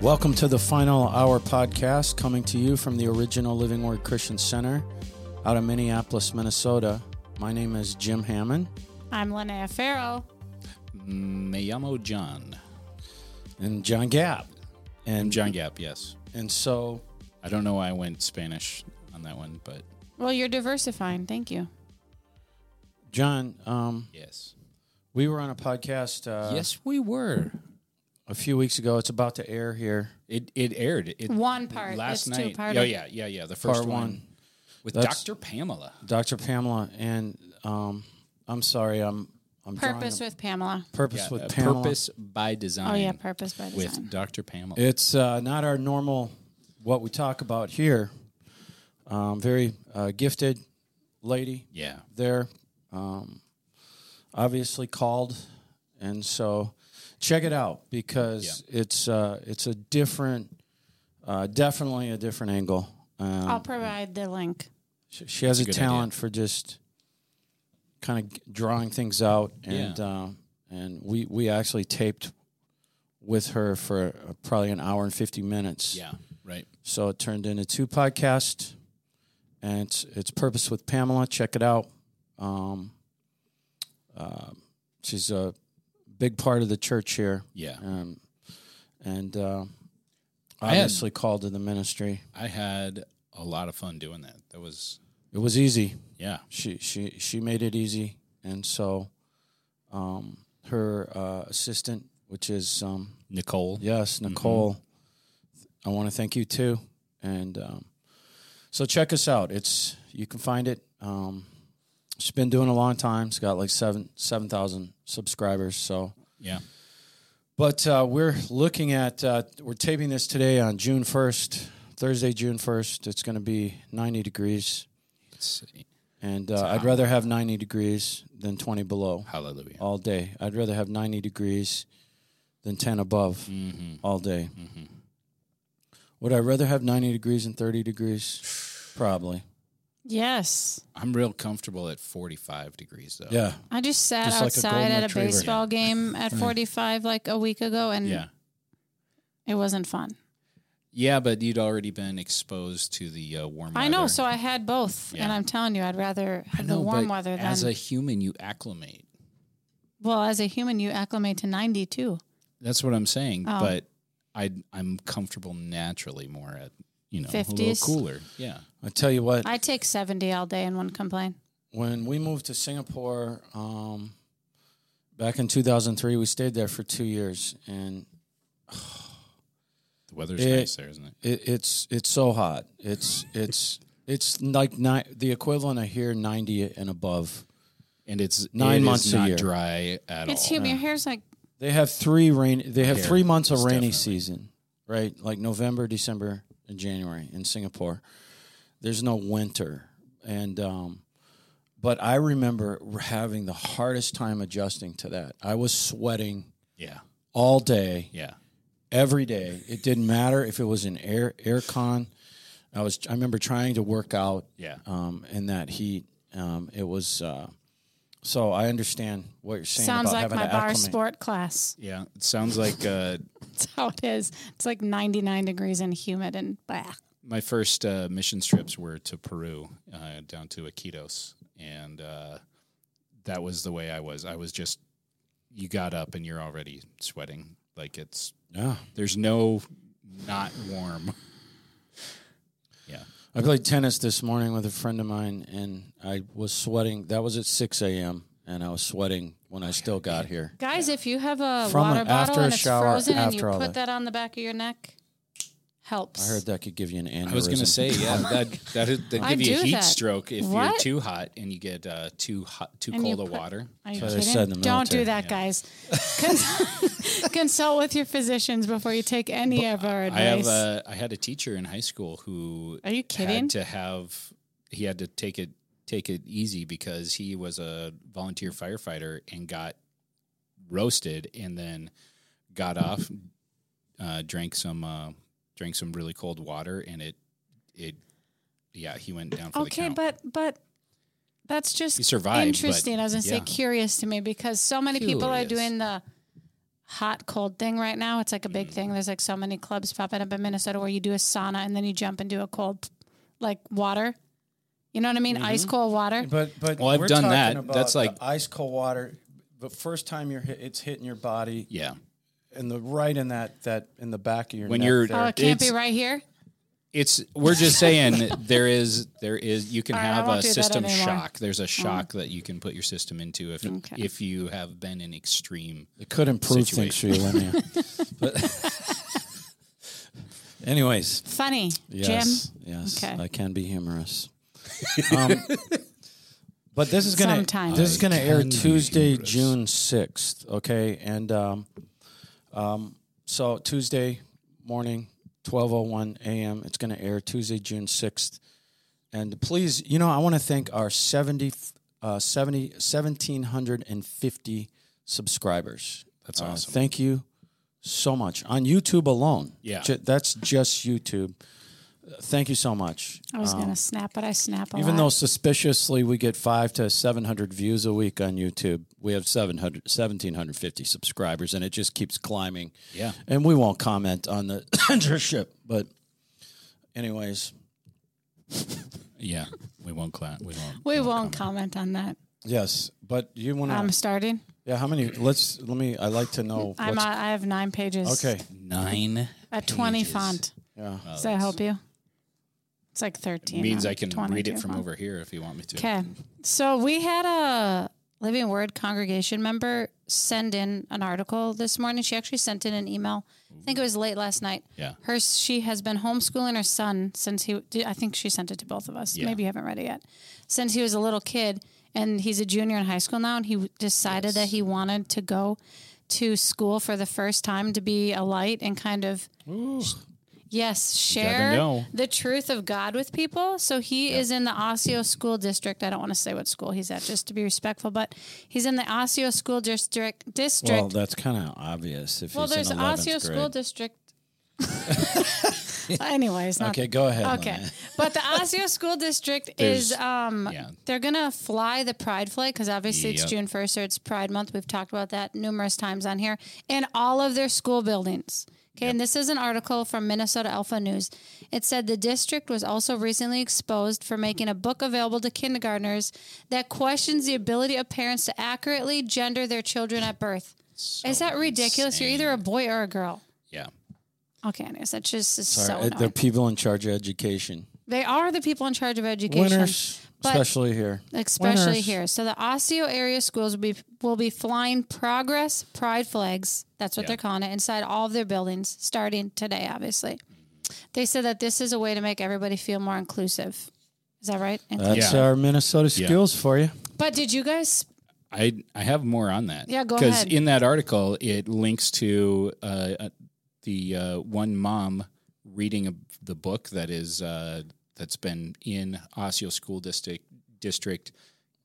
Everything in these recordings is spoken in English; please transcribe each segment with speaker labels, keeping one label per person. Speaker 1: Welcome to the final hour podcast coming to you from the original Living Word Christian Center out of Minneapolis, Minnesota. My name is Jim Hammond.
Speaker 2: I'm Linnea Farrell.
Speaker 3: Me llamo John.
Speaker 1: and John Gap.
Speaker 3: I'm
Speaker 1: And
Speaker 3: John Gap, yes.
Speaker 1: and so
Speaker 3: I don't know why I went Spanish on that one, but
Speaker 2: Well, you're diversifying. Thank you.
Speaker 1: John, um,
Speaker 3: yes.
Speaker 1: we were on a podcast uh,
Speaker 3: yes, we were.
Speaker 1: a few weeks ago. It's about to air here.
Speaker 3: It it aired. It,
Speaker 2: One part.
Speaker 3: last
Speaker 2: It's
Speaker 3: night.
Speaker 2: two-parter.
Speaker 3: Oh yeah, yeah, yeah. The first
Speaker 1: Part
Speaker 3: one,
Speaker 1: one.
Speaker 3: with
Speaker 1: That's-
Speaker 3: Dr. Pamela.
Speaker 1: Dr. Pamela and um, I'm sorry, I'm I'm drawing
Speaker 2: Purpose
Speaker 1: a-
Speaker 2: with Pamela.
Speaker 1: purpose
Speaker 3: Yeah,
Speaker 1: with
Speaker 3: uh,
Speaker 1: Pamela.
Speaker 3: Purpose by design.
Speaker 2: Oh yeah, purpose by
Speaker 3: with
Speaker 2: design.
Speaker 3: Dr. Pamela.
Speaker 1: It's uh, not our normal what we talk about here. Um, very uh, gifted lady
Speaker 3: yeah.
Speaker 1: there, um, obviously called, and so check it out because it's uh, it's a different, uh, definitely a different angle. Um,
Speaker 2: I'll provide the link.
Speaker 1: she, she has a,
Speaker 3: good
Speaker 1: talent for just kind of drawing things out, and um, and we we actually taped with her for uh, probably an hour and fifty minutes.
Speaker 3: Yeah. Right.
Speaker 1: So it turned into two podcasts, and it's it's Purpose with Pamela. Check it out. Um, uh, she's a big part of the church here,
Speaker 3: Yeah.
Speaker 1: um, and uh,
Speaker 3: I had-
Speaker 1: obviously called to the ministry.
Speaker 3: I had a lot of fun doing that. That was
Speaker 1: It was easy.
Speaker 3: yeah.
Speaker 1: She she she made it easy, and so um, her uh, assistant, which is um,
Speaker 3: Nicole.
Speaker 1: Yes, Nicole. I want to thank you too. And um, so check us out. It's you can find it. Um, it's been doing a long time. It's got like seven seven thousand subscribers. So,
Speaker 3: Yeah.
Speaker 1: but uh, we're looking at uh, we're taping this today on June first, Thursday, June first. It's going to be ninety degrees,
Speaker 3: It's,
Speaker 1: and uh, I'd rather have ninety degrees than twenty below
Speaker 3: hallelujah.
Speaker 1: all day. I'd rather have 90 degrees than 10 above
Speaker 3: Mm. Mm-hmm,
Speaker 1: all day. Would I rather have 90 degrees and 30 degrees? Probably.
Speaker 2: Yes.
Speaker 3: I'm real comfortable at 45 degrees though.
Speaker 1: Yeah.
Speaker 2: I just sat
Speaker 1: Just like a
Speaker 2: outside
Speaker 1: golden
Speaker 2: at a
Speaker 1: retriever.
Speaker 2: baseball game at 45 like a week ago and
Speaker 3: Yeah.
Speaker 2: it wasn't fun.
Speaker 3: Yeah, but you'd already been exposed to the uh, warm.
Speaker 2: I know,
Speaker 3: weather.
Speaker 2: so I had both. And
Speaker 3: Yeah.
Speaker 2: I'm telling you, I'd rather have the warm
Speaker 3: but
Speaker 2: weather than
Speaker 3: as a human, you acclimate.
Speaker 2: well, as a human you acclimate to 90 too.
Speaker 3: That's what I'm saying.
Speaker 2: Oh.
Speaker 3: But I I'm comfortable naturally more at you know a
Speaker 2: 50s.
Speaker 3: little cooler. Yeah,
Speaker 1: I tell you what,
Speaker 2: I take 70 all day and wouldn't complain.
Speaker 1: when we moved to Singapore um, back in 2003, we stayed there for two years and
Speaker 3: the weather's
Speaker 1: It-
Speaker 3: nice there, isn't it?
Speaker 1: it, it's it's so hot. It's it's it's like ni- the equivalent of here 90 and above.
Speaker 3: And it's
Speaker 1: Nine
Speaker 3: it is
Speaker 1: months a
Speaker 3: not
Speaker 1: year.
Speaker 3: dry at
Speaker 2: It's
Speaker 3: all.
Speaker 2: humid. Your hair's like
Speaker 1: They have three rain. They have
Speaker 3: Here,
Speaker 1: three months of
Speaker 3: it's
Speaker 1: rainy
Speaker 3: definitely-
Speaker 1: season, right? Like November, December, and January in Singapore. There's no winter, and um, but I remember having the hardest time adjusting to that. I was sweating
Speaker 3: Yeah,
Speaker 1: all day,
Speaker 3: yeah,
Speaker 1: every day. It didn't matter if it was in air air con. I was. I remember trying to work out
Speaker 3: yeah.
Speaker 1: um, in that heat. Um, it was. Uh, so I understand what you're saying.
Speaker 2: sounds
Speaker 1: about
Speaker 2: like
Speaker 1: having
Speaker 2: my
Speaker 1: to
Speaker 2: bar
Speaker 1: acclimate.
Speaker 2: sport class.
Speaker 3: yeah, it sounds like uh,
Speaker 2: That's how it is. It's like 99 degrees and humid and blah.
Speaker 3: my first uh, mission trips were to Peru, uh, down to Iquitos, and uh, that was the way I was. I was just you got up and you're already sweating. Like it's
Speaker 1: Yeah.
Speaker 3: there's no not warm. Yeah,
Speaker 1: I played tennis this morning with a friend of mine, and I was sweating. That was at 6 a.m., and I was sweating when I still got here.
Speaker 2: Guys, if you have a
Speaker 1: From
Speaker 2: water
Speaker 1: a-
Speaker 2: bottle
Speaker 1: after a
Speaker 2: and it's
Speaker 1: shower,
Speaker 2: frozen and you
Speaker 1: after all
Speaker 2: put
Speaker 1: that.
Speaker 2: that on the back of your neck, helps.
Speaker 1: I heard that could give you an aneurysm.
Speaker 3: I was gonna say yeah that that that
Speaker 2: I
Speaker 3: give you a
Speaker 2: do
Speaker 3: heat
Speaker 2: that.
Speaker 3: stroke if you're
Speaker 2: What?
Speaker 3: too hot and you get uh, too hot too
Speaker 2: And you
Speaker 3: cold of
Speaker 2: put-
Speaker 3: water.
Speaker 2: Are you
Speaker 1: That's what they
Speaker 2: kidding?
Speaker 1: said in the
Speaker 2: Don't
Speaker 1: military.
Speaker 2: do that, guys. Cons- consult with your physicians before you take any of our
Speaker 3: I have
Speaker 2: advice.
Speaker 3: a, I had a teacher in high school who
Speaker 2: Are you kidding?
Speaker 3: had to have he had to take it take it easy because he was a volunteer firefighter and got roasted and then got off uh, drank some uh, drank some really cold water and it it yeah he went down for the
Speaker 2: okay,
Speaker 3: count.
Speaker 2: but but that's just
Speaker 3: He survived, but-
Speaker 2: interesting. I was gonna
Speaker 3: yeah.
Speaker 2: say curious to me because so many people are
Speaker 3: Curious.
Speaker 2: doing the hot cold thing right now. It's like a big thing. There's like so many clubs popping up in Minnesota where you do a sauna and then you jump into a cold like water. You know what I mean? Ice cold water.
Speaker 1: But but
Speaker 3: Well, I've
Speaker 1: we're
Speaker 3: done
Speaker 1: talking
Speaker 3: that.
Speaker 1: about
Speaker 3: That's like-
Speaker 1: the ice cold water. But first time you're hit, it's hitting your body
Speaker 3: Yeah.
Speaker 1: and the right in that that in the back of your
Speaker 3: When
Speaker 1: neck
Speaker 3: you're-
Speaker 2: Oh,
Speaker 1: there.
Speaker 2: it can't be
Speaker 3: It's-
Speaker 2: right here.
Speaker 3: It's we're just saying there is there is you can
Speaker 2: All right, I
Speaker 3: have a
Speaker 2: won't do that
Speaker 3: system
Speaker 2: anymore. Mm.
Speaker 3: shock. There's a shock that you can put your system into if if you have been in extreme.
Speaker 1: It could improve things for you, wouldn't you? but anyways,
Speaker 2: Funny,
Speaker 1: yes,
Speaker 2: Jim.
Speaker 1: yes,
Speaker 2: Okay.
Speaker 1: I can be humorous. um, but this is gonna
Speaker 2: Sometimes.
Speaker 1: this is gonna
Speaker 3: I
Speaker 1: air
Speaker 3: can be
Speaker 1: Tuesday,
Speaker 3: humorous.
Speaker 1: June sixth. Okay, and um, um, so Tuesday morning, twelve oh one a.m. It's gonna air Tuesday, June sixth. And please, you know, I want to thank our 70, uh, 70, 1,750 subscribers.
Speaker 3: That's
Speaker 1: Uh,
Speaker 3: awesome.
Speaker 1: thank you so much. On YouTube alone.
Speaker 3: Yeah.
Speaker 1: Ju- that's just YouTube. Uh, Thank you so much.
Speaker 2: I was gonna snap, but I snap a
Speaker 1: Even
Speaker 2: lot.
Speaker 1: though suspiciously we get five to 700 views a week on YouTube, we have 700, 1,750 subscribers and it just keeps climbing.
Speaker 3: Yeah.
Speaker 1: And we won't comment on the censorship, but, anyways,
Speaker 3: Yeah, we won't clap. We won't.
Speaker 2: we won't comment on that.
Speaker 1: yes. But you want to.
Speaker 2: I'm starting.
Speaker 1: Yeah, how many? Let's let me. I like to know.
Speaker 2: I'm.
Speaker 1: what's-
Speaker 2: uh, I have nine pages.
Speaker 1: okay.
Speaker 3: Nine.
Speaker 2: A 20
Speaker 3: pages.
Speaker 2: font.
Speaker 1: Yeah.
Speaker 2: Does that help you? It's like 13.
Speaker 3: means
Speaker 2: on
Speaker 3: I can
Speaker 2: 20
Speaker 3: read
Speaker 2: if
Speaker 3: it
Speaker 2: you
Speaker 3: from
Speaker 2: want.
Speaker 3: over here if you want me to.
Speaker 2: Okay. So we had a Living Word congregation member send in an article this morning. She actually sent in an email. I think it was late last night.
Speaker 3: Yeah.
Speaker 2: Her she has been homeschooling her son since he I think she sent it to both of us.
Speaker 3: Yeah.
Speaker 2: Maybe you haven't read it yet. Since he was a little kid and he's a junior in high school now and he decided that he wanted to go to school for the first time to be a light and kind of Yes, share
Speaker 3: know.
Speaker 2: the truth of God with people. So he is in the Osseo School District. I don't want to say what school he's at just to be respectful, but he's in the Osseo School District. District.
Speaker 1: Well,
Speaker 2: Well,
Speaker 1: that's kind of obvious. If he's
Speaker 2: there's
Speaker 1: in 11th
Speaker 2: Osseo
Speaker 1: grade.
Speaker 2: School District. Anyways, not
Speaker 1: Okay, go ahead.
Speaker 2: okay.
Speaker 1: Lynette.
Speaker 2: but the Osseo School District is um,
Speaker 3: yeah.
Speaker 2: they're gonna fly the Pride flag because obviously
Speaker 3: Yep.
Speaker 2: it's June first or it's Pride Month. We've talked about that numerous times on here in all of their school buildings. Okay, and this is an article from Minnesota Alpha News. It said the district was also recently exposed for making a book available to kindergartners that questions the ability of parents to accurately gender their children at birth. is that ridiculous? You're either a boy or a girl.
Speaker 3: Yeah.
Speaker 2: Okay, anyways, that's just is so
Speaker 1: Sorry, uh, it-
Speaker 2: annoying.
Speaker 1: they're people in charge of education.
Speaker 2: They are the people in charge of education.
Speaker 1: Winners,
Speaker 2: But-
Speaker 1: especially here.
Speaker 2: Especially
Speaker 1: Winners.
Speaker 2: here. So the Osseo area schools will be will be flying progress pride flags. That's what they're calling it inside all of their buildings starting today, obviously. They said that this is a way to make everybody feel more inclusive. Is that right? Inclu-
Speaker 1: That's
Speaker 3: Yeah.
Speaker 1: our Minnesota
Speaker 3: Yeah.
Speaker 1: skills for you.
Speaker 2: but did you guys
Speaker 3: I I have more on that.
Speaker 2: Yeah, go ahead.
Speaker 3: in that article, it links to uh, uh, the uh, one mom reading a, the book that is uh, that's been in Osseo School District district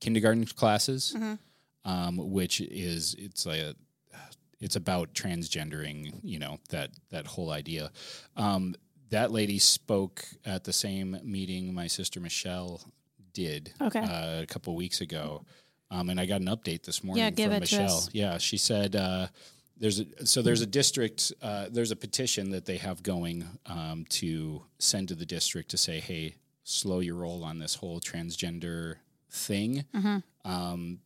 Speaker 3: kindergarten classes,
Speaker 2: Mm-hmm.
Speaker 3: um, which is it's a it's about transgendering. You know that that whole idea. Um, that lady spoke at the same meeting my sister Michelle did
Speaker 2: Oh, Okay.
Speaker 3: uh, a couple weeks ago. Um, and I got an update this morning
Speaker 2: Yeah, give
Speaker 3: from
Speaker 2: it to
Speaker 3: Michelle.
Speaker 2: us.
Speaker 3: Yeah, she said uh, there's a, so there's a district uh, there's a petition that they have going um, to send to the district to say, hey, slow your roll on this whole transgender thing.
Speaker 2: mm-hmm.
Speaker 3: Um,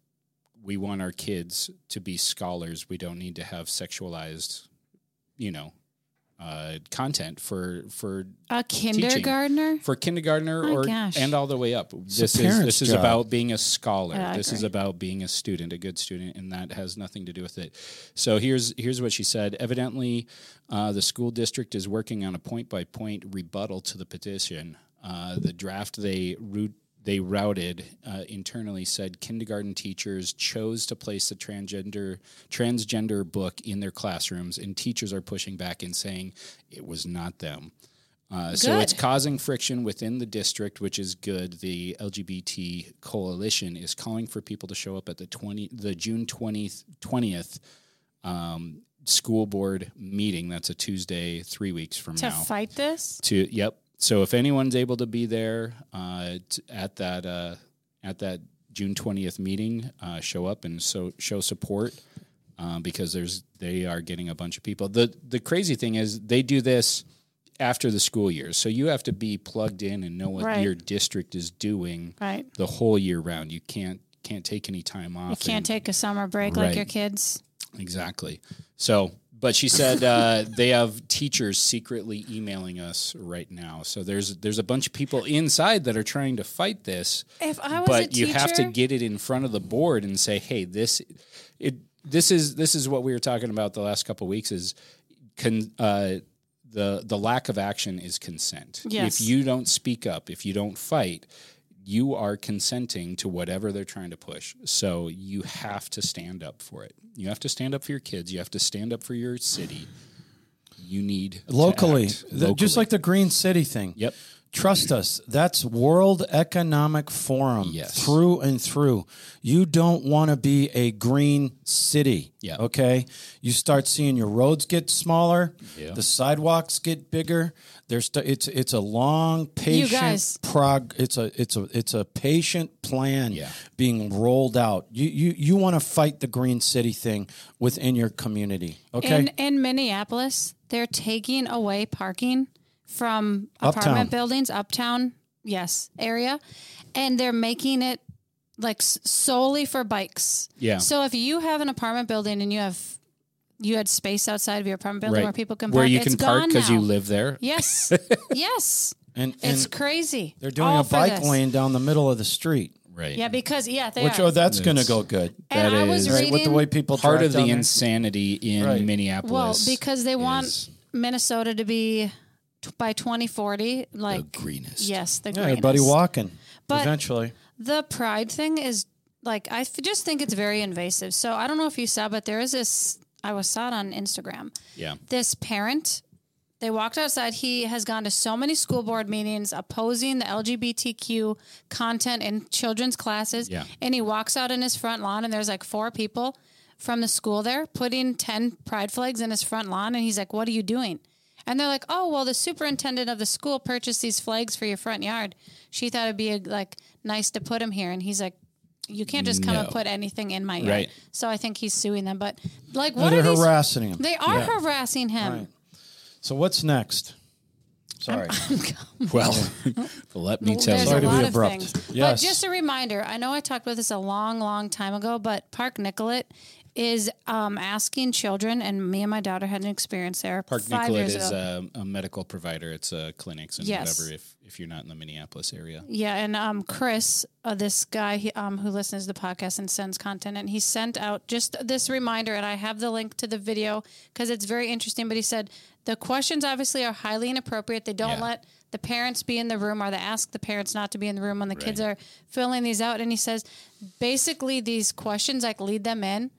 Speaker 3: we want our kids to be scholars. We don't need to have sexualized, you know, uh, content for for
Speaker 2: a kindergartner?
Speaker 3: for kindergartner
Speaker 2: My
Speaker 3: or
Speaker 2: gosh.
Speaker 3: and all the way up.
Speaker 1: a
Speaker 3: this is
Speaker 1: parent's
Speaker 3: this is
Speaker 1: job.
Speaker 3: about being a scholar.
Speaker 2: Yeah, I
Speaker 3: this is
Speaker 2: agree.
Speaker 3: about being a student, a good student, and that has nothing to do with it. So here's here's what she said. Evidently, uh, the school district is working on a point by point rebuttal to the petition. Uh, the draft they root. They routed uh, internally said kindergarten teachers chose to place the transgender transgender book in their classrooms, and teachers are pushing back and saying it was not them. Uh, so
Speaker 2: Good.
Speaker 3: it's causing friction within the district, which is good. The LGBT coalition is calling for people to show up at the twenty, the June twentieth twentieth um, school board meeting. That's a Tuesday, three weeks from
Speaker 2: To
Speaker 3: now.
Speaker 2: fight this?
Speaker 3: to yep. So if anyone's able to be there uh, t- at that uh, at that June twentieth meeting, uh, show up and so show support. um, because there's they are getting a bunch of people. the The crazy thing is they do this after the school year, so you have to be plugged in and know what
Speaker 2: Right.
Speaker 3: your district is doing
Speaker 2: Right.
Speaker 3: the whole year round. You can't can't take any time off.
Speaker 2: You can't
Speaker 3: and-
Speaker 2: take a summer break
Speaker 3: Right.
Speaker 2: like your kids.
Speaker 3: exactly. So, but she said uh, they have teachers secretly emailing us right now. So there's there's a bunch of people inside that are trying to fight this
Speaker 2: If I was a
Speaker 3: but
Speaker 2: teacher,
Speaker 3: you have to get it in front of the board and say, "Hey, this it this is this is what we were talking about the last couple of weeks is con, uh, the the lack of action is consent.
Speaker 2: Yes.
Speaker 3: If you don't speak up, if you don't fight, you are consenting to whatever they're trying to push. So you have to stand up for it. You have to stand up for your kids. You have to stand up for your city. You need to
Speaker 1: locally,
Speaker 3: act
Speaker 1: The- just
Speaker 3: locally.
Speaker 1: like the Green City thing.
Speaker 3: Yep.
Speaker 1: Trust us. That's World Economic Forum
Speaker 3: Yes.
Speaker 1: through and through. You don't want to be a green city.
Speaker 3: Yeah.
Speaker 1: Okay. You start seeing your roads get smaller.
Speaker 3: Yeah.
Speaker 1: The sidewalks get bigger. There's st- it's it's a long patient
Speaker 2: guys-
Speaker 1: prog. It's a it's a it's a patient plan
Speaker 3: Yeah.
Speaker 1: being rolled out. You you you want to fight the green city thing within your community. Okay.
Speaker 2: in, in Minneapolis, they're taking away parking from
Speaker 1: Uptown.
Speaker 2: apartment buildings, uptown, yes, area, and they're making it like s- solely for bikes.
Speaker 3: Yeah.
Speaker 2: So if you have an apartment building and you have you had space outside of your apartment building
Speaker 3: Right.
Speaker 2: where people can
Speaker 3: where
Speaker 2: park,
Speaker 3: you
Speaker 2: it's
Speaker 3: can park
Speaker 2: gone now.
Speaker 3: you live there.
Speaker 2: Yes, yes,
Speaker 1: and, and
Speaker 2: it's crazy.
Speaker 1: they're doing
Speaker 2: All
Speaker 1: a
Speaker 2: for
Speaker 1: bike
Speaker 2: this.
Speaker 1: lane down the middle of the street.
Speaker 3: Right.
Speaker 2: Yeah, because yeah, they
Speaker 1: Which
Speaker 2: are.
Speaker 1: oh, that's going to go good,
Speaker 2: and
Speaker 3: that
Speaker 2: I was
Speaker 3: is-
Speaker 1: right?
Speaker 2: reading
Speaker 1: With the way people
Speaker 3: part
Speaker 1: drive
Speaker 3: of the
Speaker 1: down there.
Speaker 3: insanity in
Speaker 1: Right.
Speaker 2: well
Speaker 3: Minneapolis.
Speaker 2: because they
Speaker 3: is
Speaker 2: want Minnesota to be t- by 2040 like
Speaker 3: greenest.
Speaker 2: Yes, the
Speaker 1: yeah,
Speaker 2: greenest.
Speaker 1: everybody walking
Speaker 2: But-
Speaker 1: eventually.
Speaker 2: The pride thing is like I f- just think it's very invasive. So I don't know if you saw, but there is this. I was saw it on Instagram.
Speaker 3: yeah,
Speaker 2: This parent, they walked outside. He has gone to so many school board meetings opposing the LGBTQ content in children's classes.
Speaker 3: Yeah.
Speaker 2: And he walks out in his front lawn, and there's like four people from the school there putting ten pride flags in his front lawn, and he's like, "What are you doing?" And they're like, "Oh, well, the superintendent of the school purchased these flags for your front yard. She thought it'd be like nice to put them here." And he's like, "You can't just come and
Speaker 3: No.
Speaker 2: put anything in my yard."
Speaker 3: Right.
Speaker 2: So I think he's suing them. But like,
Speaker 1: No,
Speaker 2: what
Speaker 1: they're
Speaker 2: are these?
Speaker 1: harassing him.
Speaker 2: They are
Speaker 1: Yeah.
Speaker 2: harassing him.
Speaker 1: Right. So what's next? Sorry.
Speaker 3: well, let me tell
Speaker 2: There's
Speaker 1: Sorry
Speaker 2: a
Speaker 1: to be
Speaker 2: lot
Speaker 3: you.
Speaker 2: of
Speaker 1: abrupt.
Speaker 2: things.
Speaker 1: Yes.
Speaker 2: But just a reminder, I know I talked about this a long, long time ago, but Park Nicolet is um, asking children, and me and my daughter had an experience there
Speaker 3: Park
Speaker 2: five
Speaker 3: Nicolet
Speaker 2: years
Speaker 3: is
Speaker 2: ago.
Speaker 3: a, a medical provider. It's uh, clinics and
Speaker 2: Yes.
Speaker 3: whatever. If if you're not in the Minneapolis area,
Speaker 2: Yeah, and um, Chris, uh, this guy he, um, who listens to the podcast and sends content, and he sent out just this reminder, and I have the link to the video because it's very interesting. But he said the questions obviously are highly inappropriate. They don't
Speaker 3: Yeah.
Speaker 2: let the parents be in the room, or they ask the parents not to be in the room when the kids are filling these out. And he says basically these questions like lead them in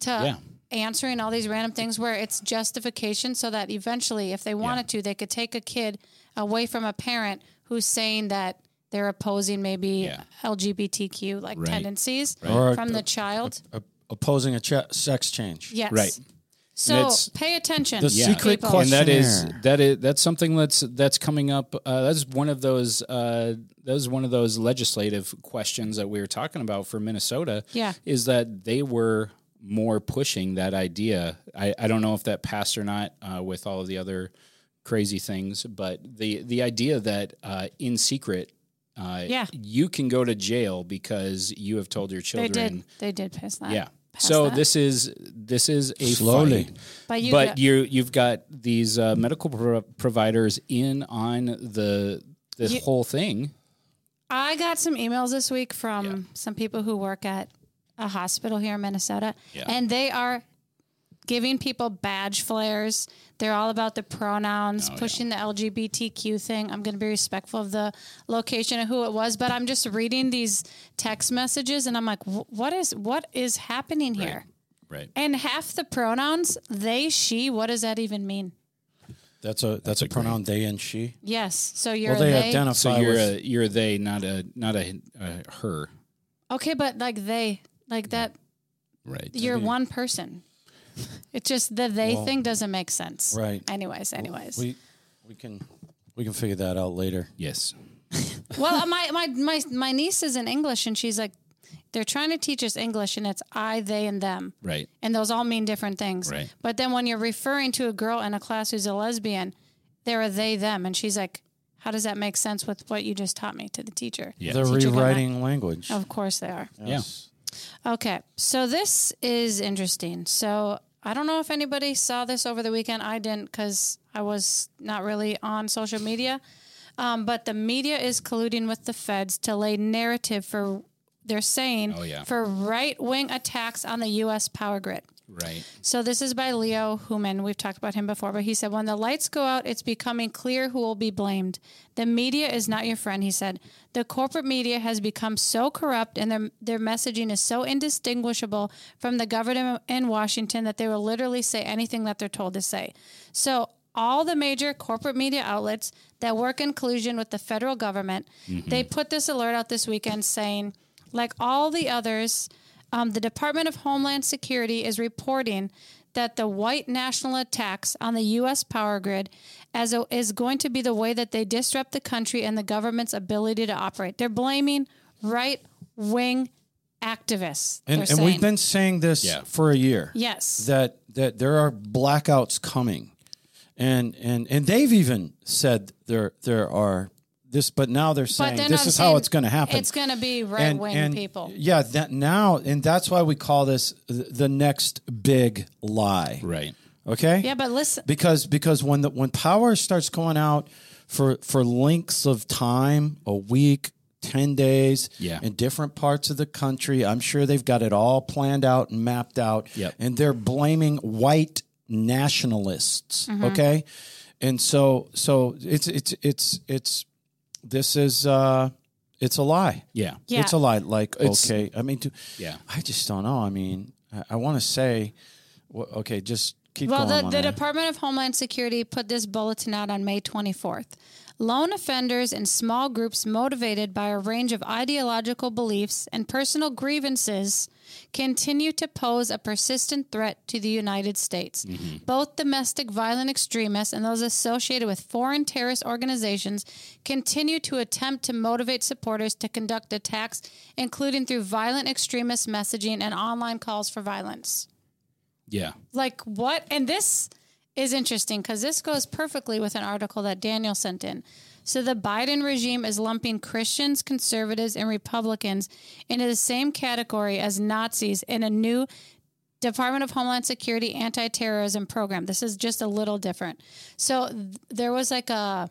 Speaker 2: to
Speaker 3: Yeah.
Speaker 2: answering all these random things where it's justification so that eventually if they wanted to they could take a kid away from a parent who's saying that they're opposing maybe lgbtq like
Speaker 3: Right.
Speaker 2: tendencies
Speaker 1: Or-
Speaker 2: from the child
Speaker 1: Opposing a ch- sex change.
Speaker 2: yes
Speaker 3: Right.
Speaker 2: so
Speaker 3: That's-
Speaker 2: pay attention
Speaker 1: The secret
Speaker 2: people.
Speaker 1: question-
Speaker 3: and that is
Speaker 1: Questionnaire.
Speaker 3: that is that's something that's that's coming up. Uh, that's one of those uh, that was one of those legislative questions that we were talking about for Minnesota.
Speaker 2: Yeah.
Speaker 3: is that they were more pushing that idea. I, I don't know if that passed or not uh, with all of the other crazy things, but the the idea that uh, in secret. Uh,
Speaker 2: Yeah.
Speaker 3: you can go to jail because you have told your
Speaker 2: they
Speaker 3: children.
Speaker 2: did they did pass that
Speaker 3: Yeah.
Speaker 2: pass
Speaker 3: So
Speaker 2: that.
Speaker 3: this is this is a
Speaker 1: Slowly.
Speaker 3: fight
Speaker 2: but you
Speaker 3: but
Speaker 2: got-
Speaker 3: you you've got these uh, medical pro- providers in on the this whole thing.
Speaker 2: I got some emails this week from some people who work at a hospital here in Minnesota, and they are giving people badge flares. They're all about the pronouns, pushing the LGBTQ thing. I'm going to be respectful of the location of who it was, but I'm just reading these text messages, and I'm like, "Wh- what is what is happening here?
Speaker 3: Right.
Speaker 2: And half the pronouns they, she. What does that even mean?
Speaker 1: That's a that's, a, pronoun they and she.
Speaker 2: Yes. So you're
Speaker 1: Well,
Speaker 2: a
Speaker 1: they,
Speaker 2: they.
Speaker 1: identify
Speaker 3: So you're
Speaker 1: with
Speaker 3: a you're a they, not a not a, a her.
Speaker 2: okay, but like they, like that.
Speaker 3: Right.
Speaker 2: you're one person. It's just the they
Speaker 1: Well,
Speaker 2: thing doesn't make sense.
Speaker 1: right.
Speaker 2: Anyways, anyways. Well,
Speaker 1: we we can we can figure that out later.
Speaker 3: yes.
Speaker 2: uh, my, my my my niece is in English and she's like they're trying to teach us English and it's I, they, and them.
Speaker 3: Right.
Speaker 2: And those all mean different things.
Speaker 3: Right.
Speaker 2: But then when you're referring to a girl in a class who's a lesbian, they're a they, them. And she's like, how does that make sense with what you just taught me to the teacher?
Speaker 3: Yeah.
Speaker 1: They're
Speaker 2: Teacher got Oh.
Speaker 1: rewriting language.
Speaker 2: Of course they are.
Speaker 1: Yes.
Speaker 2: Okay. So this is interesting. So I don't know if anybody saw this over the weekend. I didn't because I was not really on social media. Um, but the media is colluding with the feds to lay narrative for, they're saying,
Speaker 3: Oh, yeah.
Speaker 2: for right wing attacks on the U.S. power grid.
Speaker 3: Right.
Speaker 2: So this is by Leo Human. We've talked about him before, but he said, "When the lights go out, it's becoming clear who will be blamed. The media is not your friend," he said. "The corporate media has become so corrupt, and their their messaging is so indistinguishable from the government in Washington that they will literally say anything that they're told to say." So. All the major corporate media outlets that work in collusion with the federal government, they put this alert out this weekend saying, like all the others, um, the Department of Homeland Security is reporting that the white national attacks on the U.S. power grid as a, is going to be the way that they disrupt the country and the government's ability to operate. They're blaming right wing activists.
Speaker 1: And,
Speaker 2: they're
Speaker 1: and we've
Speaker 2: saying.
Speaker 1: been saying this
Speaker 3: Yeah.
Speaker 1: for a year.
Speaker 2: yes,
Speaker 1: That that there are blackouts coming. And and and they've even said there there are this but now they're saying
Speaker 2: then
Speaker 1: this
Speaker 2: I'm
Speaker 1: is
Speaker 2: saying
Speaker 1: how it's going to happen.
Speaker 2: it's going to be right
Speaker 1: And-
Speaker 2: wing
Speaker 1: and,
Speaker 2: people.
Speaker 1: Yeah, that now and that's why we call this th- the next big lie.
Speaker 3: Right.
Speaker 1: Okay?
Speaker 2: Yeah, but listen,
Speaker 1: because because when the when power starts going out for for lengths of time a week 10 days
Speaker 3: Yeah.
Speaker 1: in different parts of the country i'm sure they've got it all planned out and mapped out
Speaker 3: Yep.
Speaker 1: and they're blaming white nationalists
Speaker 2: Mm-hmm.
Speaker 1: okay and so so it's it's it's it's this is uh it's a lie
Speaker 3: Yeah.
Speaker 2: Yeah.
Speaker 1: it's a lot like
Speaker 3: It's-
Speaker 1: okay. I mean, do,
Speaker 3: Yeah.
Speaker 1: I just don't know. I mean, I, I want to say, wha- okay, just keep
Speaker 2: Well,
Speaker 1: going.
Speaker 2: the,
Speaker 1: on
Speaker 2: the
Speaker 1: that.
Speaker 2: Department of Homeland Security put this bulletin out on May 24th. Lone offenders and small groups motivated by a range of ideological beliefs and personal grievances continue to pose a persistent threat to the United States.
Speaker 1: Mm-hmm.
Speaker 2: Both domestic violent extremists and those associated with foreign terrorist organizations continue to attempt to motivate supporters to conduct attacks, including through violent extremist messaging and online calls for violence
Speaker 3: Yeah.
Speaker 2: like what and this is interesting because this goes perfectly with an article that daniel sent in so the biden regime is lumping christians conservatives and republicans into the same category as nazis in a new department of homeland security anti-terrorism program this is just a little different so th- there was like a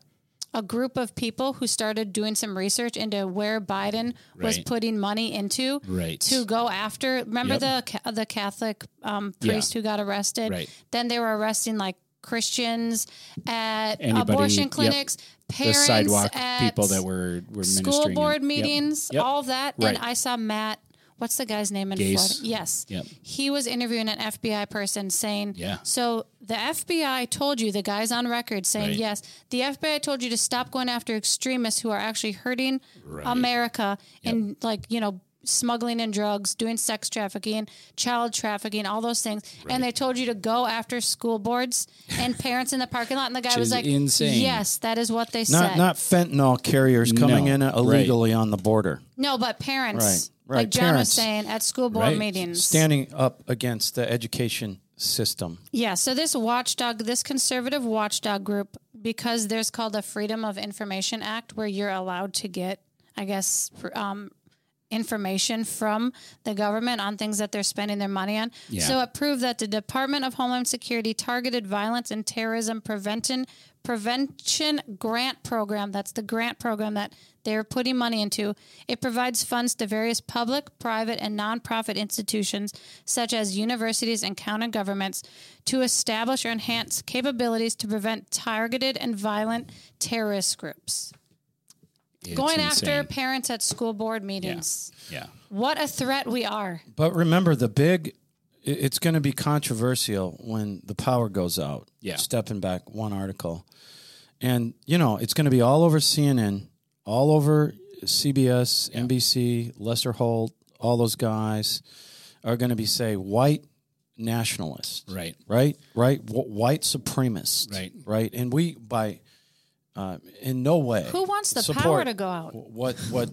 Speaker 2: a group of people who started doing some research into where biden was
Speaker 3: Right.
Speaker 2: putting money into
Speaker 3: Right.
Speaker 2: to go after. Remember
Speaker 3: Yep.
Speaker 2: the ca- the Catholic um,
Speaker 3: Yeah.
Speaker 2: priest who got arrested.
Speaker 3: Right.
Speaker 2: Then they were arresting like Christians at
Speaker 3: Anybody-
Speaker 2: abortion
Speaker 3: yep.
Speaker 2: clinics,
Speaker 3: The
Speaker 2: parents
Speaker 3: sidewalk
Speaker 2: at
Speaker 3: people that were were
Speaker 2: school
Speaker 3: ministering
Speaker 2: board
Speaker 3: in- Yep.
Speaker 2: meetings,
Speaker 3: Yep.
Speaker 2: all that. And
Speaker 3: Right.
Speaker 2: I saw Matt. What's the guy's name in
Speaker 3: Gase.
Speaker 2: Florida? Yes.
Speaker 3: Yep.
Speaker 2: He was interviewing an FBI person saying,
Speaker 3: Yeah.
Speaker 2: So the FBI told you, the guy's on record saying,
Speaker 3: Right.
Speaker 2: Yes, the FBI told you to stop going after extremists who are actually hurting
Speaker 3: Right.
Speaker 2: America and, like, you know, smuggling in drugs, doing sex trafficking, child trafficking, all those things. And they told you to go after school boards and parents in the parking lot. And the guy was
Speaker 3: is
Speaker 2: like,
Speaker 3: insane.
Speaker 2: Yes, that is what they
Speaker 1: not
Speaker 2: said.
Speaker 1: not fentanyl carriers coming
Speaker 3: No,
Speaker 1: in
Speaker 3: right.
Speaker 1: illegally on the border,
Speaker 2: No, but parents.
Speaker 1: Right, right,
Speaker 2: Like John
Speaker 1: parents.
Speaker 2: was saying at school board
Speaker 3: Right.
Speaker 2: meetings.
Speaker 1: standing up against the education system.
Speaker 2: yeah. So this watchdog, this conservative watchdog group, because there's called the Freedom of Information Act, where you're allowed to get, I guess, fr- um, information from the government on things that they're spending their money on.
Speaker 3: Yeah.
Speaker 2: So it proved that the Department of Homeland Security targeted violence and terrorism prevention prevention grant program. That's the grant program that they're putting money into. It provides funds to various public, private, and nonprofit institutions such as universities and county governments to establish or enhance capabilities to prevent targeted and violent terrorist groups.
Speaker 3: It's
Speaker 2: Going after
Speaker 3: insane.
Speaker 2: parents at school board meetings.
Speaker 3: Yeah.
Speaker 2: What a threat we are.
Speaker 1: But remember, the big i- it's going to be controversial when the power goes out.
Speaker 3: Yeah.
Speaker 1: stepping back one article, and you know it's going to be all over CNN, all over CBS, NBC, Lester Holt, all those guys are going to be say white nationalists,
Speaker 3: Right.
Speaker 1: right right Wh- white supremacists
Speaker 3: Right.
Speaker 1: right and we by uh, in no way
Speaker 2: Who wants the
Speaker 1: support
Speaker 2: power to go out?
Speaker 1: what what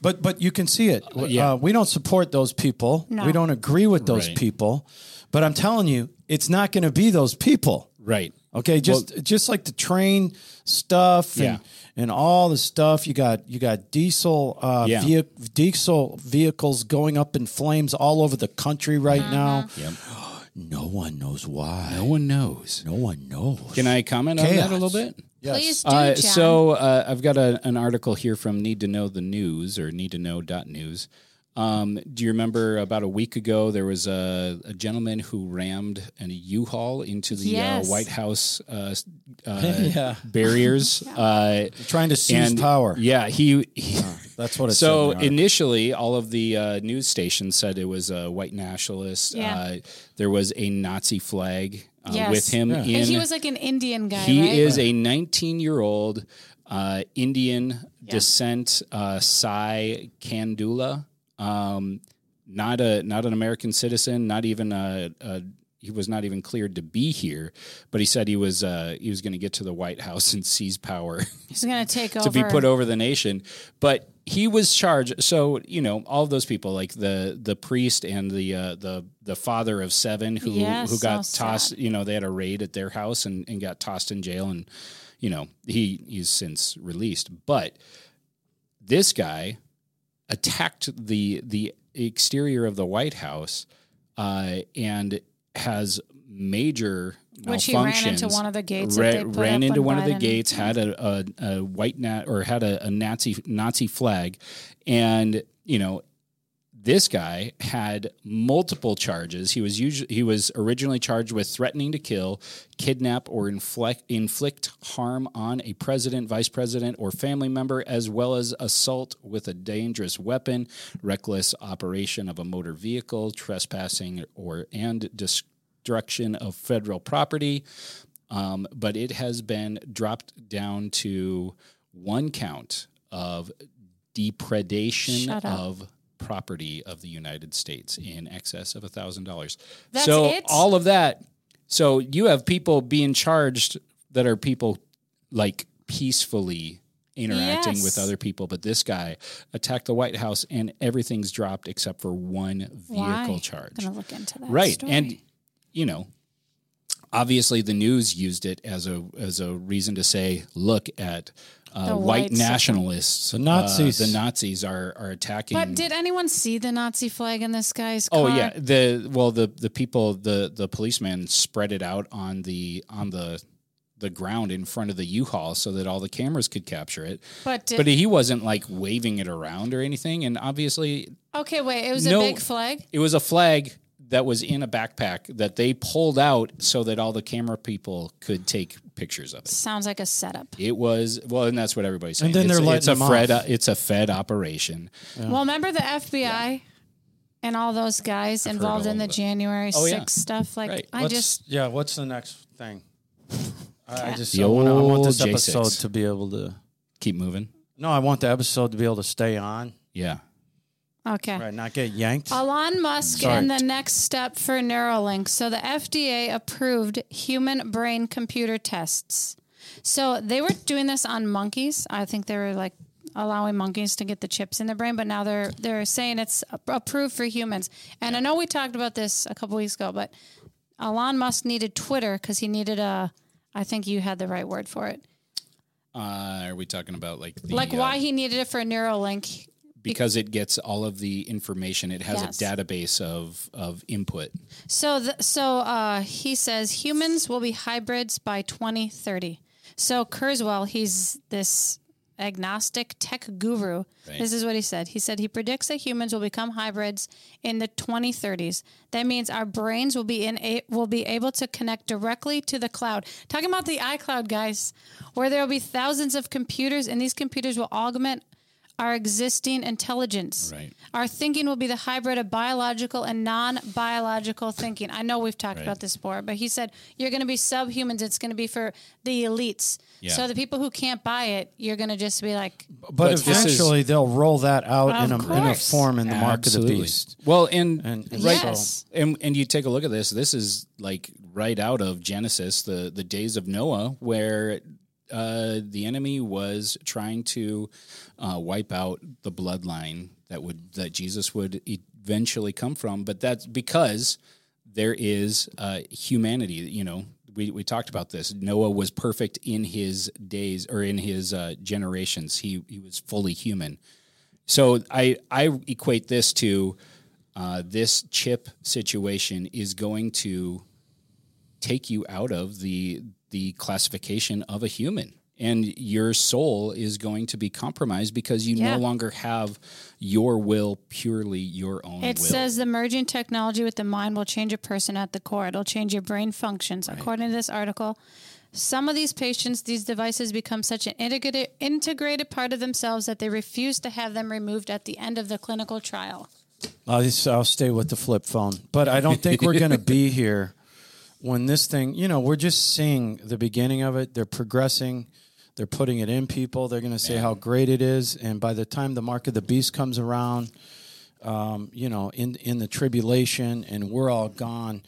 Speaker 1: But but you can see it. Uh,
Speaker 3: yeah.
Speaker 1: we don't support those people.
Speaker 2: No.
Speaker 1: We don't agree with those
Speaker 3: Right.
Speaker 1: people. But I'm telling you, it's not going to be those people.
Speaker 3: Right.
Speaker 1: Okay, just just like the train stuff and,
Speaker 3: Yeah.
Speaker 1: and all the stuff you got you got diesel uh
Speaker 3: Yeah.
Speaker 1: vehi- diesel vehicles going up in flames all over the country right
Speaker 2: Mm-hmm.
Speaker 1: now.
Speaker 3: Yep.
Speaker 1: No one knows why.
Speaker 3: No one knows.
Speaker 1: No one knows.
Speaker 3: Can I comment on that a little
Speaker 1: Chaos.
Speaker 3: bit?
Speaker 1: Yes.
Speaker 2: Please do,
Speaker 3: Uh,
Speaker 2: John.
Speaker 3: so uh, I've got a, an article here from Need to Know the News or Need to Know News. Um, do you remember about a week ago there was a, a gentleman who rammed an U-Haul into the
Speaker 2: Yes.
Speaker 3: uh, White House uh, s- uh,
Speaker 1: Yeah.
Speaker 3: barriers? Uh,
Speaker 1: Trying to seize power.
Speaker 3: Yeah, he. he
Speaker 1: That's what it's
Speaker 3: so initially, all of the uh, news stations said it was a white nationalist.
Speaker 2: Yeah.
Speaker 3: Uh, there was a Nazi flag uh,
Speaker 2: Yes.
Speaker 3: with him
Speaker 1: Yeah. And
Speaker 3: in.
Speaker 2: and he was like an Indian guy.
Speaker 3: He
Speaker 2: right?
Speaker 3: is a 19 year old uh, Indian descent, uh, Sai Kandula. Um, not a not an American citizen. Not even a, a he was not even cleared to be here. But he said he was uh, he was going to get to the White House and seize power
Speaker 2: He's gonna take over.
Speaker 3: to be put over the nation. But he was charged. So you know, all of those people, like the the priest and the uh, the the father of seven, who
Speaker 2: Yes,
Speaker 3: who got
Speaker 2: so
Speaker 3: tossed.
Speaker 2: sad.
Speaker 3: You know, they had a raid at their house and, and got tossed in jail. And you know, he he's since released. But this guy attacked the the exterior of the White House uh, and has major
Speaker 2: Which he ran into
Speaker 3: malfunctions
Speaker 2: one of the gates.
Speaker 3: ra-
Speaker 2: that they put
Speaker 3: ran
Speaker 2: up
Speaker 3: into
Speaker 2: on
Speaker 3: one of the
Speaker 2: Biden.
Speaker 3: gates, had a, a, a white nat or had a, a Nazi Nazi flag, and you know this guy had multiple charges. He was usually he was originally charged with threatening to kill, kidnap, or inflict inflict harm on a president, vice president, or family member, as well as assault with a dangerous weapon, reckless operation of a motor vehicle, trespassing, or and destruction of federal property. Um, but it has been dropped down to one count of depredation
Speaker 2: Shut up.
Speaker 3: of property of the United States in excess of thousand dollars.
Speaker 2: That's
Speaker 3: So
Speaker 2: it?
Speaker 3: all of that. So you have people being charged that are people like peacefully interacting
Speaker 2: Yes.
Speaker 3: with other people, but this guy attacked the White House and everything's dropped except for one vehicle
Speaker 2: Why?
Speaker 3: charge.
Speaker 2: I'm gonna look into that.
Speaker 3: right
Speaker 2: story.
Speaker 3: and you know obviously the news used it as a as a reason to say look at uh,
Speaker 2: The
Speaker 3: white,
Speaker 2: white suprem-
Speaker 3: nationalists
Speaker 1: The Nazis.
Speaker 3: uh, the nazis are are attacking
Speaker 2: but did anyone see the Nazi flag in this guy's car?
Speaker 3: Oh yeah, the well the the people the the policeman spread it out on the on the the ground in front of the U-Haul so that all the cameras could capture it.
Speaker 2: But did,
Speaker 3: But he wasn't like waving it around or anything and obviously
Speaker 2: okay, wait. It was
Speaker 3: No.
Speaker 2: a big flag.
Speaker 3: it was a flag that was in a backpack that they pulled out so that all the camera people could take pictures of it.
Speaker 2: Sounds like a setup.
Speaker 3: It was well, and that's what everybody's
Speaker 1: And
Speaker 3: saying.
Speaker 1: then
Speaker 3: it's,
Speaker 1: they're letting
Speaker 3: it's a
Speaker 1: them
Speaker 3: Fred,
Speaker 1: off.
Speaker 3: it's a Fed operation.
Speaker 2: Well, remember the FBI and all those guys involved
Speaker 3: all
Speaker 2: in the
Speaker 3: of it.
Speaker 2: January
Speaker 3: Oh,
Speaker 2: 6th
Speaker 3: yeah.
Speaker 2: stuff? Like,
Speaker 3: Right.
Speaker 2: I
Speaker 1: Let's-
Speaker 2: just,
Speaker 1: yeah. What's the next thing? I, I just
Speaker 3: The
Speaker 1: I, wanna, I want
Speaker 3: old
Speaker 1: this
Speaker 3: J6.
Speaker 1: episode to be able to.
Speaker 3: Keep moving.
Speaker 1: No, I want the episode to be able to stay on,
Speaker 3: Yeah.
Speaker 2: okay.
Speaker 1: right? Not get yanked.
Speaker 2: Elon Musk
Speaker 1: Sorry.
Speaker 2: and the next step for Neuralink. So the FDA approved human brain computer tests. So they were doing this on monkeys. I think they were like allowing monkeys to get the chips in their brain, but now they're they're saying it's a- approved for humans. And I know we talked about this a couple weeks ago, but Elon Musk needed Twitter because he needed a. I think you had the right word for it.
Speaker 3: Uh, are we talking about like the,
Speaker 2: Like
Speaker 3: uh,
Speaker 2: why he needed it for Neuralink.
Speaker 3: because it gets all of the information. It has
Speaker 2: Yes.
Speaker 3: a database of of input.
Speaker 2: So, th- so uh, he says humans will be hybrids by 2030. So Kurzweil, he's this agnostic tech guru. This is what he said. He said he predicts that humans will become hybrids in the 2030s. That means our brains will be in a- will be able to connect directly to the cloud. Talking about the iCloud, guys, where there will be thousands of computers, and these computers will augment our existing intelligence.
Speaker 3: Right.
Speaker 2: Our thinking will be the hybrid of biological and non biological thinking. I know we've talked about this before, but he said you're going to be subhumans. It's going to be for the elites.
Speaker 3: Yeah.
Speaker 2: So the people who can't buy it, you're going to just be like,
Speaker 1: but,
Speaker 3: but this is-
Speaker 1: eventually they'll roll that out in
Speaker 2: Of
Speaker 1: a, in a
Speaker 2: course.
Speaker 1: form in the mark of the
Speaker 3: Absolutely.
Speaker 1: beast.
Speaker 3: Well, and,
Speaker 1: And- and
Speaker 3: right, oh,
Speaker 2: Yes.
Speaker 3: and and you take a look at this. This is like right out of Genesis, the the days of Noah, where uh, the enemy was trying to uh, wipe out the bloodline that would that Jesus would eventually come from. But that's because there is uh, humanity. You know, we we talked about this. Noah was perfect in his days or in his uh, generations. He he was fully human. So I I equate this to uh, this chip situation is going to take you out of the the classification of a human and your soul is going to be compromised because you
Speaker 2: Yeah.
Speaker 3: no longer have your will purely your own
Speaker 2: It
Speaker 3: will
Speaker 2: says the merging technology with the mind will change a person at the core. It'll change your brain functions. According to this article, some of these patients, these devices become such an integrated, integrated part of themselves that they refuse to have them removed at the end of the clinical trial.
Speaker 1: I'll, just- I'll stay with the flip phone, but I don't think we're going to be here when this thing. You know, we're just seeing the beginning of it. They're progressing. They're putting it in people. They're going to say how great it is, and by the time the mark of the beast comes around, um, you know, in in the tribulation, and we're all gone,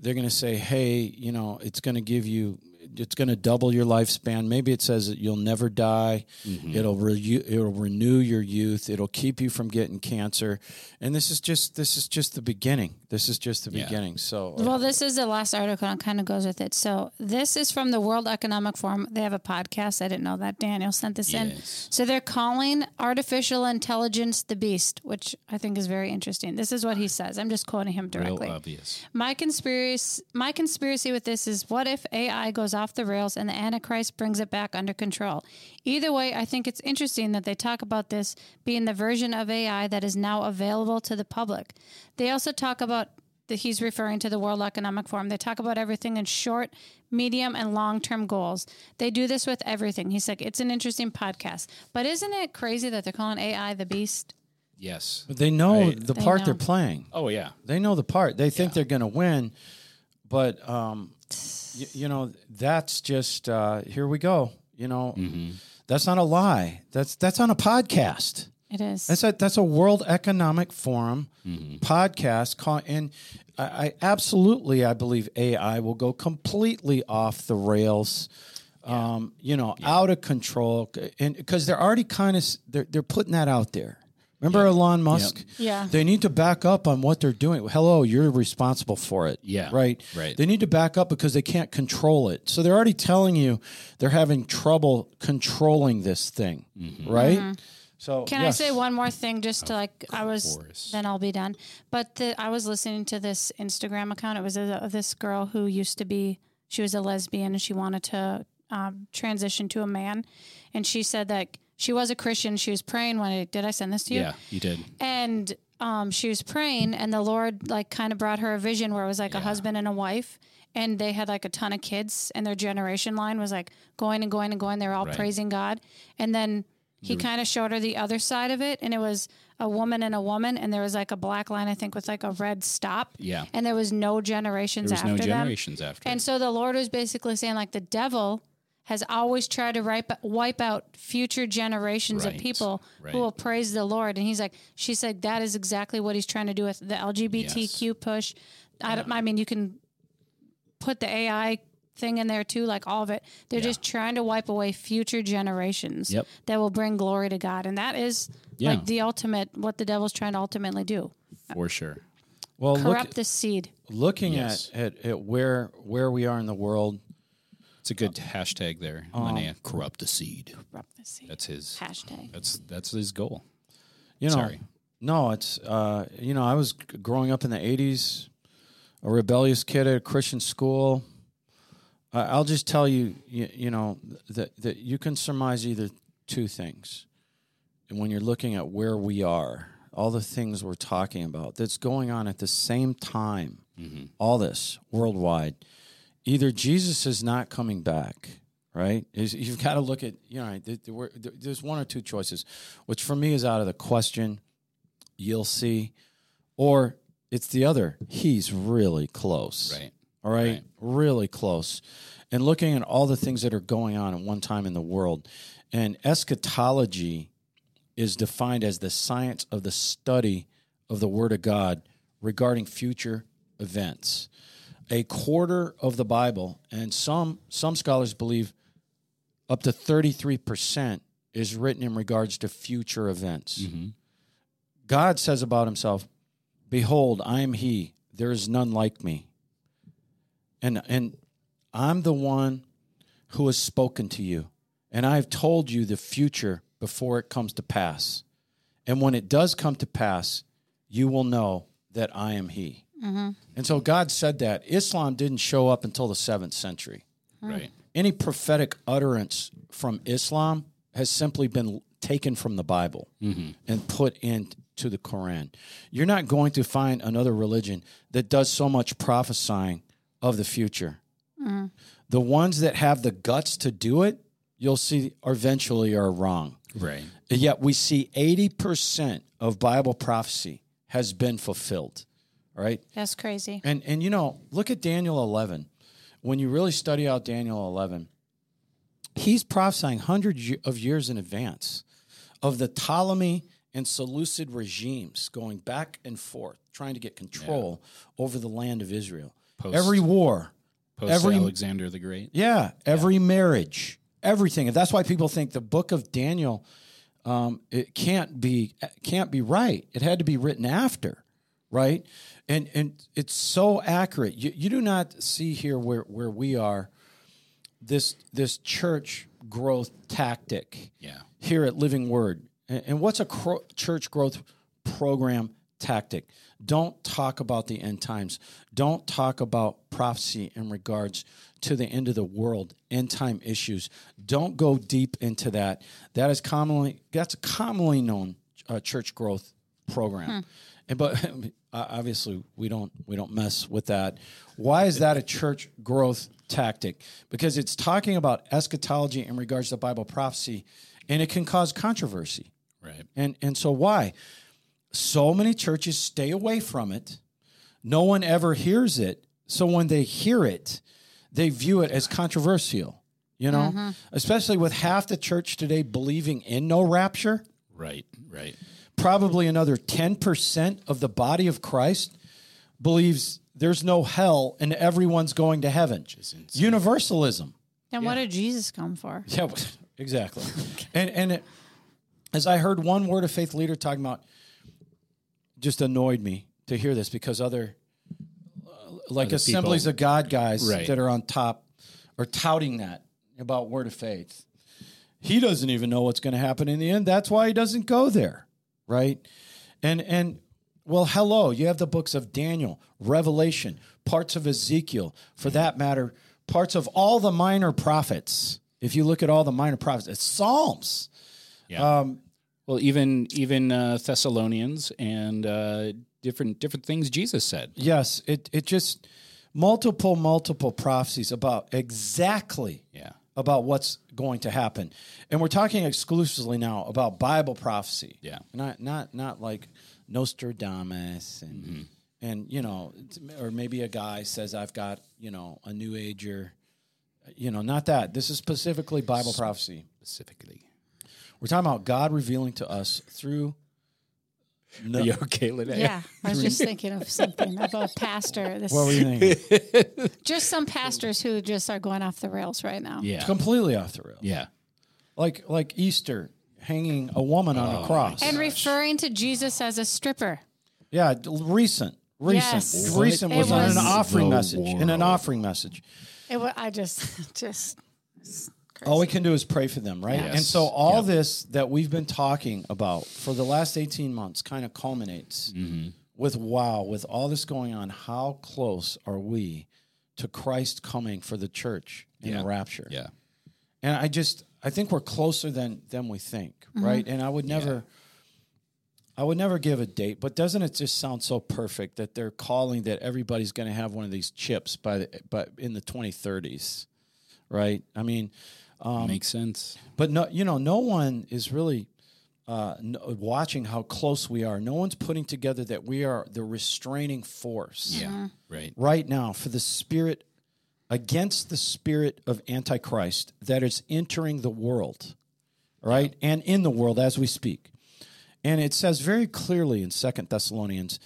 Speaker 1: they're going to say, "Hey, you know, it's going to give you." It's going to double your lifespan. Maybe it says that you'll never die. It'll re- it'll renew your youth. It'll keep you from getting cancer. And this is just this is just the beginning. This is just the beginning. So
Speaker 2: Well, this is the last article and kind of goes with it. So, this is from the World Economic Forum. They have a podcast. I didn't know that. Daniel sent this in.
Speaker 3: Yes.
Speaker 2: So, they're calling artificial intelligence the beast, which I think is very interesting. This is what he says. I'm just quoting him
Speaker 3: real
Speaker 2: directly.
Speaker 3: obvious
Speaker 2: My conspiracy, my conspiracy with this is: what if AI goes off the rails and the Antichrist brings it back under control? Either way, I think it's interesting that they talk about this being the version of AI that is now available to the public. They also talk about that he's referring to the World Economic Forum. They talk about everything in short, medium, and long-term goals. They do this with everything. He's like, it's an interesting podcast, but isn't it crazy that they're calling AI the beast?
Speaker 3: yes
Speaker 1: they know
Speaker 3: Right.
Speaker 1: the part
Speaker 2: know.
Speaker 1: they're playing.
Speaker 3: oh yeah
Speaker 1: They know the part. They think they're going to win, but um, y- you know that's just uh, here we go. You know, that's not a lie. That's that's on a podcast.
Speaker 2: It is.
Speaker 1: That's a that's a World Economic Forum
Speaker 3: Mm-hmm.
Speaker 1: podcast. Call, and I, I absolutely I believe AI will go completely off the rails. Um, you know, out of control, and because they're already kind of they're they're putting that out there. Remember Elon Musk?
Speaker 2: Yeah.
Speaker 1: They need to back up on what they're doing. Hello, you're responsible for it.
Speaker 3: Yeah,
Speaker 1: Right.
Speaker 3: right.
Speaker 1: They need to back up because they can't control it. So they're already telling you they're having trouble controlling this thing.
Speaker 3: Mm-hmm.
Speaker 1: Right. So
Speaker 2: Mm-hmm. Can
Speaker 1: yes.
Speaker 2: I say one more thing just to like I was
Speaker 3: course.
Speaker 2: then I'll be done. But the, I was listening to this Instagram account. It was a, this girl who used to be she was a lesbian and she wanted to um, transition to a man, and she said that she was a Christian. She was praying when it did I send this to you?
Speaker 3: yeah you did
Speaker 2: and um, she was praying and the lord like kind of brought her a vision where it was like a husband and a wife and they had like a ton of kids and their generation line was like going and going and going they were all
Speaker 3: Right.
Speaker 2: praising god and then he kind of showed her the other side of it and it was a woman and a woman and there was like a black line i think with like a red stop
Speaker 3: Yeah.
Speaker 2: and there was no generations
Speaker 3: there was
Speaker 2: after
Speaker 3: no
Speaker 2: them
Speaker 3: generations after
Speaker 2: and so the Lord was basically saying, like, the devil has always tried to wipe, wipe out future generations of
Speaker 3: Right,
Speaker 2: people
Speaker 3: right.
Speaker 2: who will praise the Lord. And he's like, she said, that is exactly what he's trying to do with the LGBTQ push. I, don't, I mean, you can put the AI thing in there too, like all of it. They're just trying to wipe away future generations
Speaker 3: Yep.
Speaker 2: that will bring glory to God. And that is
Speaker 3: Yeah.
Speaker 2: like the ultimate, what the devil's trying to ultimately do
Speaker 3: for sure
Speaker 1: well, look,
Speaker 2: corrupt the seed.
Speaker 1: looking
Speaker 3: Yes.
Speaker 1: at, at, at where where we are in the world,
Speaker 3: it's a good hashtag there Linnea corrupt the seed
Speaker 2: Corrupt the seed.
Speaker 3: that's his
Speaker 2: Hashtag.
Speaker 3: that's that's his goal
Speaker 1: you know,
Speaker 3: Sorry.
Speaker 1: no, it's uh, you know, I was g- growing up in the '80s, a rebellious kid at a Christian school. I I'll just tell you, you, you know, that that you can surmise either two things, and when you're looking at where we are, all the things we're talking about that's going on at the same time,
Speaker 3: Mm-hmm.
Speaker 1: all this worldwide. either Jesus is not coming back, right? Is- You've got to look at, you know, there- there were- there- there's one or two choices, which for me is out of the question. You'll see. Or it's the other. He's really close.
Speaker 3: right
Speaker 1: All right?
Speaker 3: Right.
Speaker 1: Really close. And looking at all the things that are going on at one time in the world. And eschatology is defined as the science of the study of the Word of God regarding future events. A quarter of the Bible, and some some scholars believe up to 33% is written in regards to future events.
Speaker 3: Mhm.
Speaker 1: God says about himself, Behold, I am he, there is none like me. And and I'm the one who has spoken to you, and I've told you the future before it comes to pass. And when it does come to pass, you will know that I am he. And so God said that. Islam didn't show up until the seventh century
Speaker 3: Right.
Speaker 1: any prophetic utterance from Islam has simply been taken from the Bible and put into the Quran. You're not going to find another religion that does so much prophesying of the future. The ones that have the guts to do it, you'll see are eventually are wrong.
Speaker 3: Right.
Speaker 1: And yet we see 80% of Bible prophecy has been fulfilled, right?
Speaker 2: That's crazy.
Speaker 1: And and you know, look at Daniel 11. When you really study out Daniel 11, he's prophesying hundreds ye- of years in advance of the Ptolemy and Seleucid regimes going back and forth trying to get control over the land of Israel.
Speaker 3: Post-
Speaker 1: every war,
Speaker 3: Post
Speaker 1: Every-
Speaker 3: Alexander the Great.
Speaker 1: yeah, every marriage, everything. And that's why people think the book of Daniel um, it can't be can't be right. It had to be written after, right? And and it's so accurate. You, you do not see here where where we are this this church growth tactic
Speaker 3: Yeah.
Speaker 1: here at Living Word. And, and what's a cro- church growth program tactic? Don't talk about the end times. Don't talk about prophecy in regards to the end of the world, end time issues. Don't go deep into that. That is commonly that's a commonly known uh, church growth program. And but uh, obviously we don't we don't mess with that. Why is that a church growth tactic? Because it's talking about eschatology in regards to Bible prophecy, and it can cause controversy.
Speaker 3: Right.
Speaker 1: And and so why? So many churches stay away from it. No one ever hears it. So when they hear it, they view it as controversial. You know, especially with half the church today believing in no rapture
Speaker 3: Right. Right.
Speaker 1: probably another 10% of the body of Christ believes there's no hell and everyone's going to heaven. Universalism.
Speaker 2: Then what did Jesus come for?
Speaker 1: Yeah, exactly. and and it, as I heard one word of faith leader talking about, just annoyed me to hear this because other, uh, like
Speaker 3: Other
Speaker 1: assemblies
Speaker 3: people-
Speaker 1: of God guys
Speaker 3: Right.
Speaker 1: that are on top are touting that about word of faith. He doesn't even know what's going to happen in the end. That's why he doesn't go there, right? And and well, hello, you have the books of Daniel, Revelation, parts of Ezekiel, for that matter, parts of all the minor prophets. If you look at all the minor prophets, it's Psalms.
Speaker 3: Yeah. well, even even uh, Thessalonians and uh, different different things Jesus said.
Speaker 1: Yes, it it just multiple multiple prophecies about exactly
Speaker 3: Yeah.
Speaker 1: about what's going to happen. And we're talking exclusively now about Bible prophecy.
Speaker 3: Yeah.
Speaker 1: Not not not like Nostradamus and
Speaker 3: Mm-hmm.
Speaker 1: and you know it's- or maybe a guy says I've got, you know, a new ager. You know, not that. This is specifically Bible prophecy.
Speaker 3: Specifically.
Speaker 1: We're talking about God revealing to us through no,
Speaker 3: Are you okay, Linnea?
Speaker 2: Yeah, I was just thinking of something about a pastor. This,
Speaker 1: what were you thinking?
Speaker 2: just some pastors who just are going off the rails right now.
Speaker 3: Yeah.
Speaker 1: Completely off the rail.
Speaker 3: Yeah.
Speaker 1: Like like Easter hanging a woman on
Speaker 3: Oh,
Speaker 1: a cross.
Speaker 2: And referring to Jesus as a stripper.
Speaker 1: Yeah, d- recent. Recent.
Speaker 2: Yes.
Speaker 1: Recent
Speaker 2: It
Speaker 1: was, on
Speaker 2: was-
Speaker 1: an offering
Speaker 3: The
Speaker 1: message. In an
Speaker 3: world.
Speaker 1: offering message.
Speaker 2: It wa- I just, just
Speaker 1: All we can do is pray for them, right?
Speaker 3: Yes.
Speaker 1: And so all this that we've been talking about for the last 18 months kind of culminates
Speaker 3: Mm-hmm.
Speaker 1: with wow, with all this going on, how close are we to Christ coming for the church in
Speaker 3: Yeah.
Speaker 1: the rapture?
Speaker 3: Yeah.
Speaker 1: and i just i think we're closer than than we think right and i would never i would never give a date but doesn't it just sound so perfect that they're calling that everybody's going to have one of these chips by the but in the 2030s right i mean
Speaker 3: Makes sense.
Speaker 1: but no you know no one is really uh, n- watching how close we are no one's putting together that we are the restraining force
Speaker 2: uh-huh.
Speaker 3: Yeah. Right.
Speaker 1: right now for the spirit against the spirit of antichrist that is entering the world right and in the world as we speak and it says very clearly in second thessalonians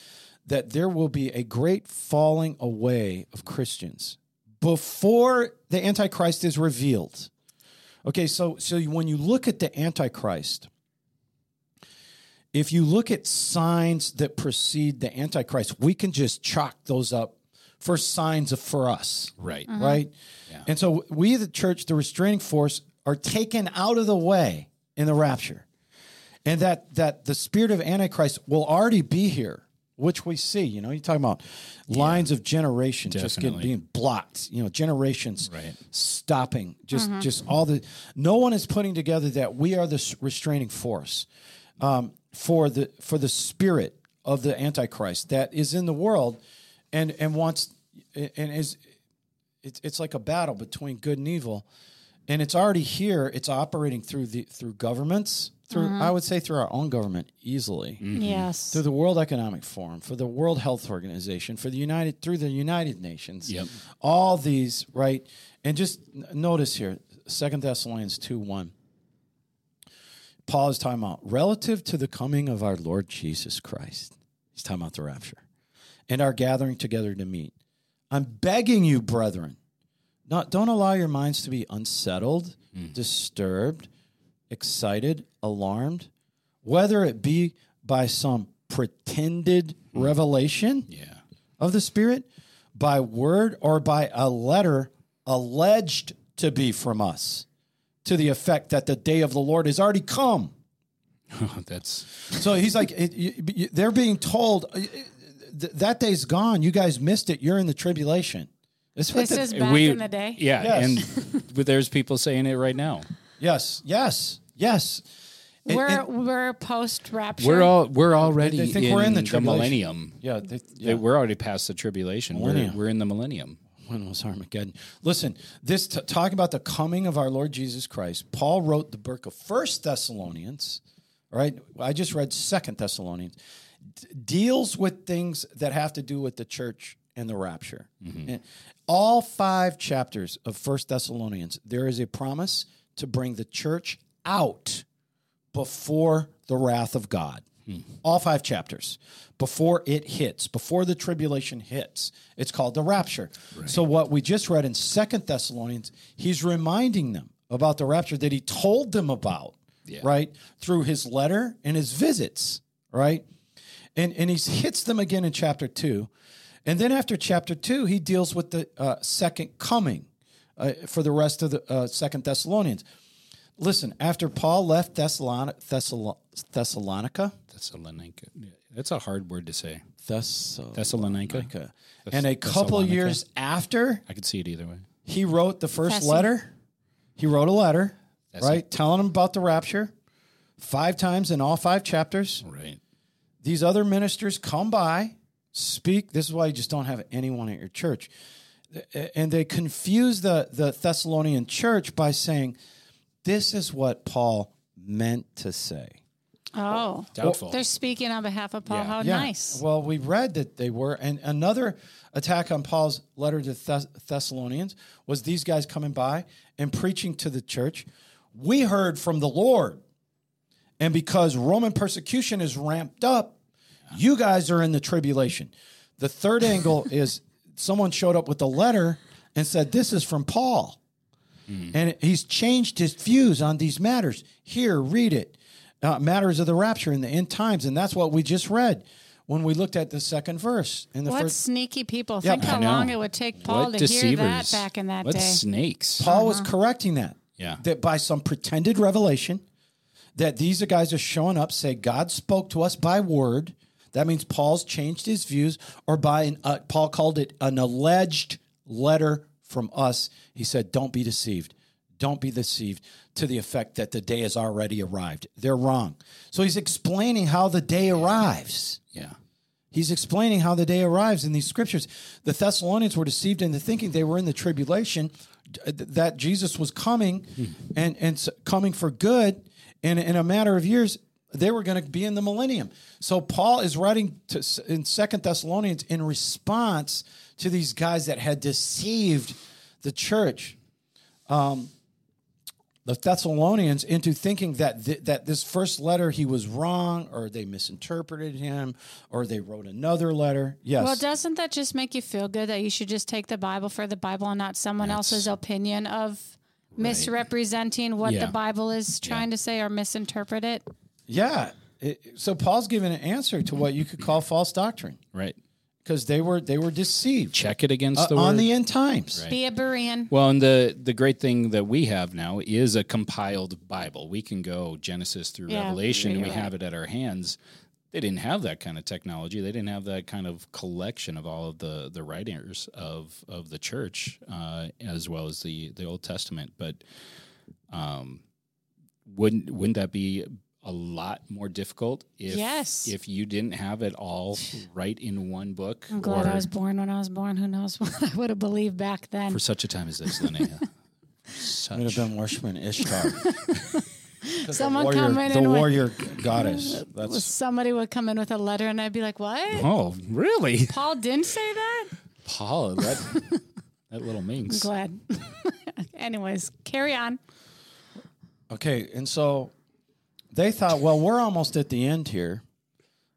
Speaker 1: that there will be a great falling away of christians before the antichrist is revealed Okay, so so you- when you look at the Antichrist, if you look at signs that precede the Antichrist, we can just chalk those up for signs of for us,
Speaker 3: Right.
Speaker 2: Uh-huh.
Speaker 1: right? And so we, the church, the restraining force, are taken out of the way in the rapture, and that that the spirit of Antichrist will already be here, which we see. You know, you're talking about lines of generations just getting
Speaker 3: Definitely.
Speaker 1: being blocked. You know, generations
Speaker 3: Right.
Speaker 1: stopping just just all the no one is putting together that we are this restraining force um, for the for the spirit of the antichrist that is in the world and and wants and is it's it's like a battle between good and evil and it's already here it's operating through the through governments through i would say through our own government easily
Speaker 2: Mm-hmm.
Speaker 3: Mm-hmm.
Speaker 2: Yes.
Speaker 1: through the World Economic Forum, for the World Health Organization, for the United through the United Nations.
Speaker 3: Yep.
Speaker 1: All these, right? And just n- notice here, Second Thessalonians 2 1. Paul is talking about relative to the coming of our Lord Jesus Christ. He's talking about the rapture and our gathering together to meet. I'm begging you, brethren, not don't allow your minds to be unsettled, disturbed, excited, alarmed, whether it be by some pretended revelation
Speaker 3: Yeah.
Speaker 1: of the Spirit, by word, or by a letter alleged to be from us, to the effect that the day of the Lord is already come.
Speaker 3: That's
Speaker 1: So he's like, it, you, you- they're being told uh, th- that day's gone. You guys missed it. You're in the tribulation. That's what
Speaker 2: This
Speaker 1: the-
Speaker 2: is back
Speaker 3: we
Speaker 2: in the day.
Speaker 3: Yeah,
Speaker 1: Yes.
Speaker 3: and but there's people saying it right now.
Speaker 1: yes, yes, yes. And-
Speaker 2: we're
Speaker 1: and-
Speaker 2: we're post rapture.
Speaker 3: We're all we're already
Speaker 1: They think
Speaker 3: in,
Speaker 1: we're in the
Speaker 3: the,
Speaker 1: tribulation.
Speaker 3: millennium.
Speaker 1: yeah, they, yeah.
Speaker 3: They- We're already past the tribulation. We're,
Speaker 1: Millennium.
Speaker 3: we're in the millennium.
Speaker 1: when was Armageddon? Listen, this t- talking about the coming of our Lord Jesus Christ. Paul wrote the book of First Thessalonians, right? I just read Second Thessalonians. D- deals with things that have to do with the church and the rapture. And all five chapters of First Thessalonians, there is a promise to bring the church out before the wrath of God. All five chapters before it hits, before the tribulation hits. It's called the rapture. So what we just read in Second Thessalonians, he's reminding them about the rapture that he told them about, right? Through his letter and his visits, right? And and he hits them again in chapter 2. And then after chapter 2, he deals with the uh, second coming uh, for the rest of the uh, Second Thessalonians. Listen, after Paul left Thessalon- Thessalo- Thessalonica,
Speaker 3: Thessalonica. That's a hard word to say.
Speaker 1: Thessalonica,
Speaker 3: Thessalonica.
Speaker 1: and a couple
Speaker 3: Thessalonica.
Speaker 1: years after
Speaker 3: I could see it either way.
Speaker 1: he wrote the first
Speaker 2: Thessy.
Speaker 1: letter, he wrote a letter, right, telling them about the rapture five times in all five chapters.
Speaker 3: Right.
Speaker 1: These other ministers come by, speak. This is why you just don't have anyone at your church. And they confuse the, the Thessalonian church by saying, this is what Paul meant to say.
Speaker 2: oh,
Speaker 3: Doubtful.
Speaker 2: they're speaking on behalf of Paul.
Speaker 3: Yeah.
Speaker 2: How
Speaker 1: Yeah.
Speaker 2: nice.
Speaker 1: Well, we read that they were. And another attack on Paul's letter to Thess- Thessalonians was these guys coming by and preaching to the church. We heard from the Lord. And because Roman persecution is ramped up, you guys are in the tribulation. The third angle is someone showed up with a letter and said, This is from Paul. And he's changed his views on these matters. Here, read it. Uh, matters of the rapture and the end times. And that's what we just read when we looked at the second verse in the
Speaker 2: What
Speaker 1: first
Speaker 2: sneaky people!
Speaker 1: Yeah,
Speaker 2: Think how
Speaker 3: I know.
Speaker 2: long it would take Paul
Speaker 3: what
Speaker 2: to
Speaker 3: deceivers.
Speaker 2: hear that back in that
Speaker 3: what
Speaker 2: day.
Speaker 3: snakes.
Speaker 1: Paul was correcting that.
Speaker 3: Yeah.
Speaker 1: That by some pretended revelation, that these guys are showing up, say God spoke to us by word. That means Paul's changed his views, or by an uh, Paul called it an alleged letter from us. He said, "Don't be deceived. Don't be deceived." To the effect that the day has already arrived. They're wrong. So he's explaining how the day arrives.
Speaker 3: Yeah.
Speaker 1: He's explaining how the day arrives in these scriptures. The Thessalonians were deceived into thinking they were in the tribulation, d- that Jesus was coming and, and s- coming for good. And in a matter of years, they were going to be in the millennium. So Paul is writing to, s- in Second Thessalonians in response to these guys that had deceived the church the Thessalonians into thinking that th- that this first letter he was wrong, or they misinterpreted him, or they wrote another letter. Yes,
Speaker 2: Well, doesn't that just make you feel good that you should just take the Bible for the Bible and not someone else's opinion of misrepresenting what
Speaker 3: Yeah.
Speaker 2: the Bible is trying to say or misinterpret it.
Speaker 1: Yeah. It- so Paul's giving an answer to what you could call false doctrine
Speaker 3: Right.
Speaker 1: because they were they were deceived
Speaker 3: Check it against
Speaker 1: uh,
Speaker 3: the word.
Speaker 1: on the end times.
Speaker 3: Right.
Speaker 2: Be a Berean.
Speaker 3: Well, and the the great thing that we have now is a compiled Bible. We can go Genesis through
Speaker 2: Yeah.
Speaker 3: Revelation. and We
Speaker 2: Right.
Speaker 3: have it at our hands. They didn't have that kind of technology. They didn't have that kind of collection of all of the the writers of of the church, uh, as well as the the Old Testament. But um, wouldn't wouldn't that be a lot more difficult if
Speaker 2: Yes.
Speaker 3: if you didn't have it all right in one book?
Speaker 2: I'm glad
Speaker 3: or-
Speaker 2: I was born when I was born. Who knows what I would have believed back then?
Speaker 3: for such a time as this, Linnea.
Speaker 1: It would
Speaker 3: Such
Speaker 1: have been worshiping Ishtar.
Speaker 2: Someone
Speaker 1: warrior,
Speaker 2: come in
Speaker 1: the
Speaker 2: and with-
Speaker 1: warrior goddess. That's
Speaker 2: Somebody would come in with a letter, and I'd be like, "What?
Speaker 3: Oh, really?
Speaker 2: Paul didn't say that."
Speaker 3: Paul, that, that little minx.
Speaker 2: Glad. Anyways, carry on.
Speaker 1: okay. And so they thought, well, we're almost at the end here.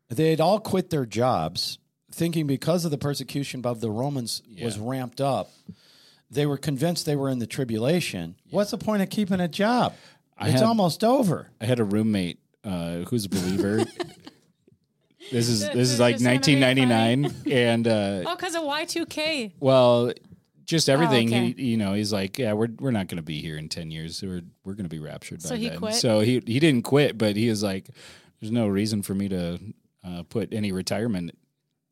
Speaker 1: They had all quit their jobs, thinking because of the persecution of the Romans was
Speaker 3: Yeah.
Speaker 1: ramped up, they were convinced they were in the tribulation. What's the point of keeping a job?
Speaker 3: I
Speaker 1: it's
Speaker 3: had-
Speaker 1: almost over.
Speaker 3: I had a roommate uh, who's a believer. this is
Speaker 2: This
Speaker 3: this
Speaker 2: is
Speaker 3: is like
Speaker 2: just gonna be
Speaker 3: 1999, and uh,
Speaker 2: Oh, because of Y2K.
Speaker 3: well, just everything.
Speaker 2: Oh, okay.
Speaker 3: He, you know, he's like, yeah, we're we're not going to be here in 10 years. We're we're going to be raptured.
Speaker 2: So
Speaker 3: by
Speaker 2: he
Speaker 3: then.
Speaker 2: quit?
Speaker 3: So he he didn't quit, but he was like, there's no reason for me to uh, put any retirement.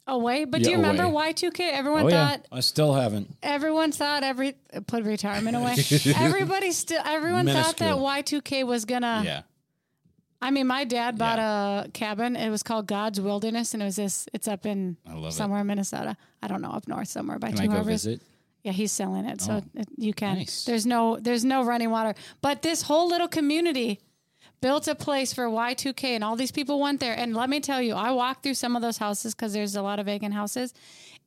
Speaker 2: Away, but
Speaker 3: Yeah,
Speaker 2: do you remember
Speaker 3: away.
Speaker 2: Y2K? Everyone
Speaker 3: Oh, yeah.
Speaker 2: thought
Speaker 1: I still haven't.
Speaker 2: everyone thought every put retirement away. Everybody still everyone thought that
Speaker 1: Minuscule.
Speaker 2: Y2K was gonna.
Speaker 3: yeah.
Speaker 2: I mean, my dad bought a cabin. It was called God's Wilderness, and it was this. It's up in
Speaker 3: I love it.
Speaker 2: somewhere in Minnesota. I don't know up north somewhere by
Speaker 3: Can
Speaker 2: Two
Speaker 3: I go
Speaker 2: Harbors.
Speaker 3: visit?
Speaker 2: Yeah, he's selling it, so it, you can.
Speaker 3: Oh, Nice.
Speaker 2: There's no there's no running water, but this whole little community built a place for Y2K, and all these people went there. And let me tell you, I walked through some of those houses because there's a lot of vacant houses.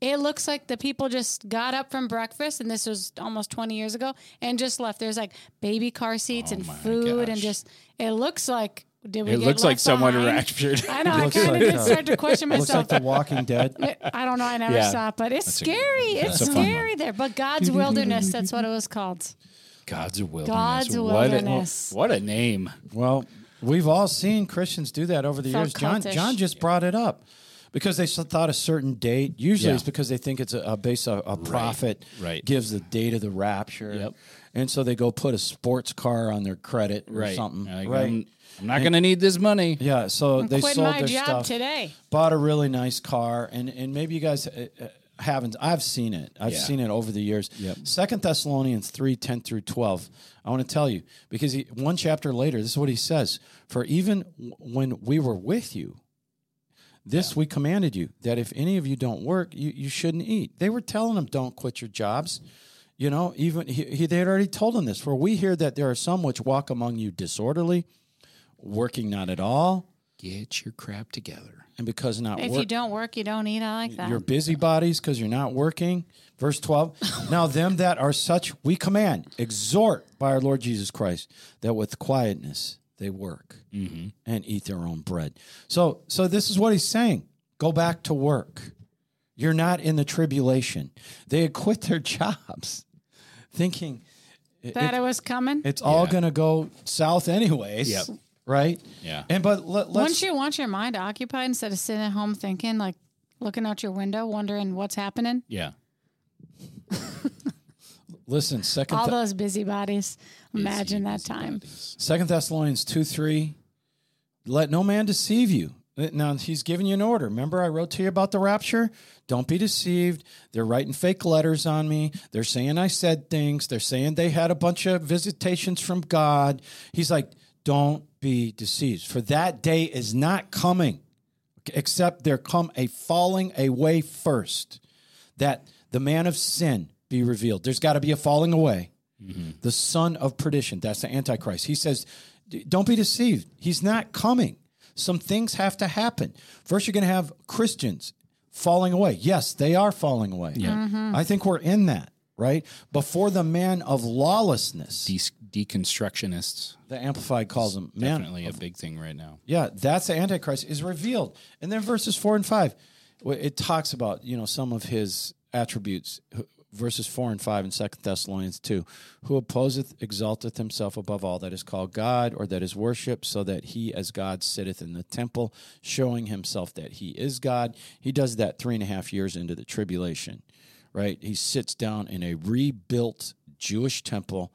Speaker 2: It looks like the people just got up from breakfast, and this was almost 20 years ago, and just left. There's like baby car seats and
Speaker 3: Oh my
Speaker 2: food, and
Speaker 3: gosh.
Speaker 2: just it looks like did we?
Speaker 3: It
Speaker 2: get
Speaker 3: looks like
Speaker 2: left
Speaker 3: someone
Speaker 2: behind?
Speaker 3: raptured.
Speaker 2: I know. I
Speaker 1: Looks
Speaker 2: kind of
Speaker 1: like,
Speaker 2: did
Speaker 1: uh,
Speaker 2: start to question
Speaker 1: Looks like
Speaker 2: myself.
Speaker 1: The Walking Dead.
Speaker 2: I don't know. I never
Speaker 3: Yeah.
Speaker 2: saw it, but it's
Speaker 3: That's a-
Speaker 2: scary. it's
Speaker 3: that's a fun one.
Speaker 2: scary there. But God's wilderness, that's what it was called.
Speaker 3: God's wilderness.
Speaker 2: God's
Speaker 3: What a-
Speaker 2: wilderness.
Speaker 3: What a, name.
Speaker 1: Well, we've all seen Christians do that over the
Speaker 2: Felt
Speaker 1: years. John,
Speaker 2: cultish.
Speaker 1: John just brought it up because they s- thought a certain date. Usually,
Speaker 3: Yeah.
Speaker 1: it's because they think it's a, a base a, a prophet
Speaker 3: right.
Speaker 1: gives the date of the rapture,
Speaker 3: Yep.
Speaker 1: and so they go put a sports car on their credit or something,
Speaker 3: Like,
Speaker 1: right?
Speaker 3: I'm, I'm not going to need this money.
Speaker 1: yeah, so they
Speaker 2: Quit
Speaker 1: sold
Speaker 2: my
Speaker 1: their
Speaker 2: job
Speaker 1: stuff,
Speaker 2: today.
Speaker 1: bought a really nice car, and and maybe you guys uh, uh, haven't. I've seen it. I've
Speaker 3: Yeah.
Speaker 1: seen it over the years.
Speaker 3: Yep.
Speaker 1: Second Thessalonians three ten through twelve. I want to tell you because he, one chapter later, this is what he says: For even w- when we were with you, this we commanded you that if any of you don't work, you, you shouldn't eat. They were telling them, don't quit your jobs. You know, even he, he, they had already told them this. For we hear that there are some which walk among you disorderly, working not at all,
Speaker 3: Get your crap together.
Speaker 1: and because not
Speaker 2: If
Speaker 1: work,
Speaker 2: you don't work, you don't eat. I like that.
Speaker 1: you're busybodies because you're not working. Verse 12. now, them that are such, we command, exhort by our Lord Jesus Christ, that with quietness they work
Speaker 3: Mm-hmm.
Speaker 1: and eat their own bread. So, so this is what he's saying go back to work. You're not in the tribulation. They had quit their jobs thinking
Speaker 2: that it was coming.
Speaker 1: it's all
Speaker 3: Yeah.
Speaker 1: going to go south, anyways.
Speaker 3: Yep.
Speaker 1: Right?
Speaker 3: Yeah.
Speaker 1: And but let, let's.
Speaker 2: Once you want your mind occupied instead of sitting at home thinking, like looking out your window, wondering what's happening,
Speaker 3: Yeah.
Speaker 1: listen, second.
Speaker 2: all
Speaker 1: Th-
Speaker 2: those busybodies. Imagine that time.
Speaker 1: Second Thessalonians two three, let no man deceive you. Uh, Now he's giving you an order. Remember, I wrote to you about the rapture. Don't be deceived. They're writing fake letters on me. They're saying I said things. They're saying they had a bunch of visitations from God. He's like, don't be deceived, for that day is not coming, except there come a falling away first, that the man of sin be revealed. There's got to be a falling away the son of perdition. That's the Antichrist. He says, "D- don't be deceived. He's not coming. Some things have to happen. First, you're going to have Christians falling away. Yes, they are falling away. I think we're in that, right? Before the man of lawlessness,
Speaker 3: De- deconstructionists,
Speaker 1: the Amplified calls him man.
Speaker 3: definitely a big thing right now.
Speaker 1: Yeah, that's the Antichrist is revealed. And then verses four and five, wh- it talks about, you know, some of his attributes wh- verses 4 and 5 in 2 Thessalonians 2. Who opposeth, exalteth himself above all that is called God or that is worshipped, so that he as God sitteth in the temple, showing himself that he is God. He does that three and a half years into the tribulation, right? He sits down in a rebuilt Jewish temple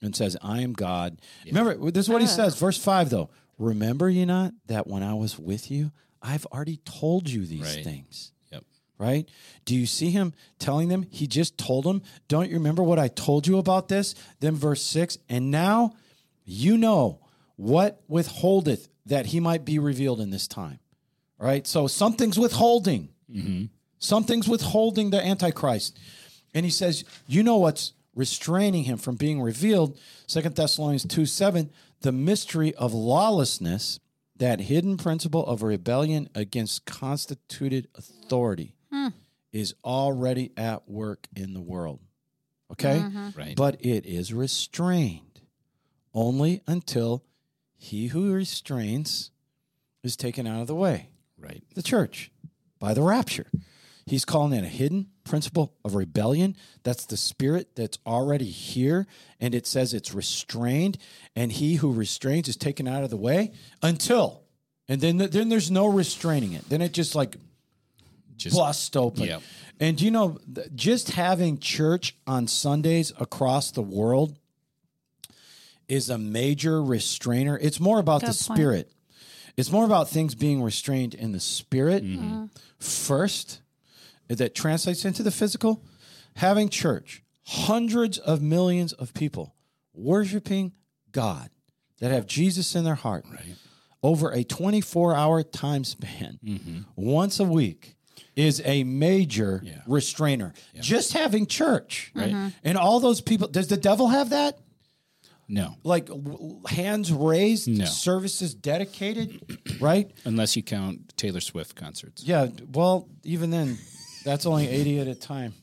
Speaker 1: and says, I am God. Remember, this is what he
Speaker 2: Ah.
Speaker 1: says, verse 5 though. Remember ye not that when I was with you, I've already told you these
Speaker 3: Right.
Speaker 1: things
Speaker 3: Yep.
Speaker 1: right? Do you see him telling them? He just told them, Don't you remember what I told you about this? Then, verse six, and now you know what withholdeth that he might be revealed in this time, right? So, something's withholding. Something's withholding the Antichrist. And he says, You know what's restraining him from being revealed? Second Thessalonians 2 7, the mystery of lawlessness, that hidden principle of rebellion against constituted authority, is already at work in the world. Okay?
Speaker 2: Mm-hmm.
Speaker 3: Right.
Speaker 1: But it is restrained only until he who restrains is taken out of the way
Speaker 3: right.
Speaker 1: the church by the rapture. He's calling it a hidden principle of rebellion. That's the spirit that's already here. And it says it's restrained. And he who restrains is taken out of the way until. And then, then there's no restraining it. Then it just like
Speaker 3: Just
Speaker 1: bust open.
Speaker 3: Yep.
Speaker 1: And you know, th- just having church on Sundays across the world is a major restrainer. It's more about
Speaker 2: Good
Speaker 1: the
Speaker 2: point.
Speaker 1: spirit. It's more about things being restrained in the spirit
Speaker 2: Mm-hmm.
Speaker 1: first that translates into the physical. Having church, hundreds of millions of people worshiping God that have Jesus in their heart over a 24 hour time span once a week is a major restrainer. Just having church.
Speaker 2: Mm-hmm.
Speaker 1: Right. And all those people, does the devil have that?
Speaker 3: No.
Speaker 1: Like w- hands raised,
Speaker 3: No.
Speaker 1: services dedicated, right?
Speaker 3: Unless you count Taylor Swift concerts.
Speaker 1: Yeah, d- well, even then, that's only 80 at a time.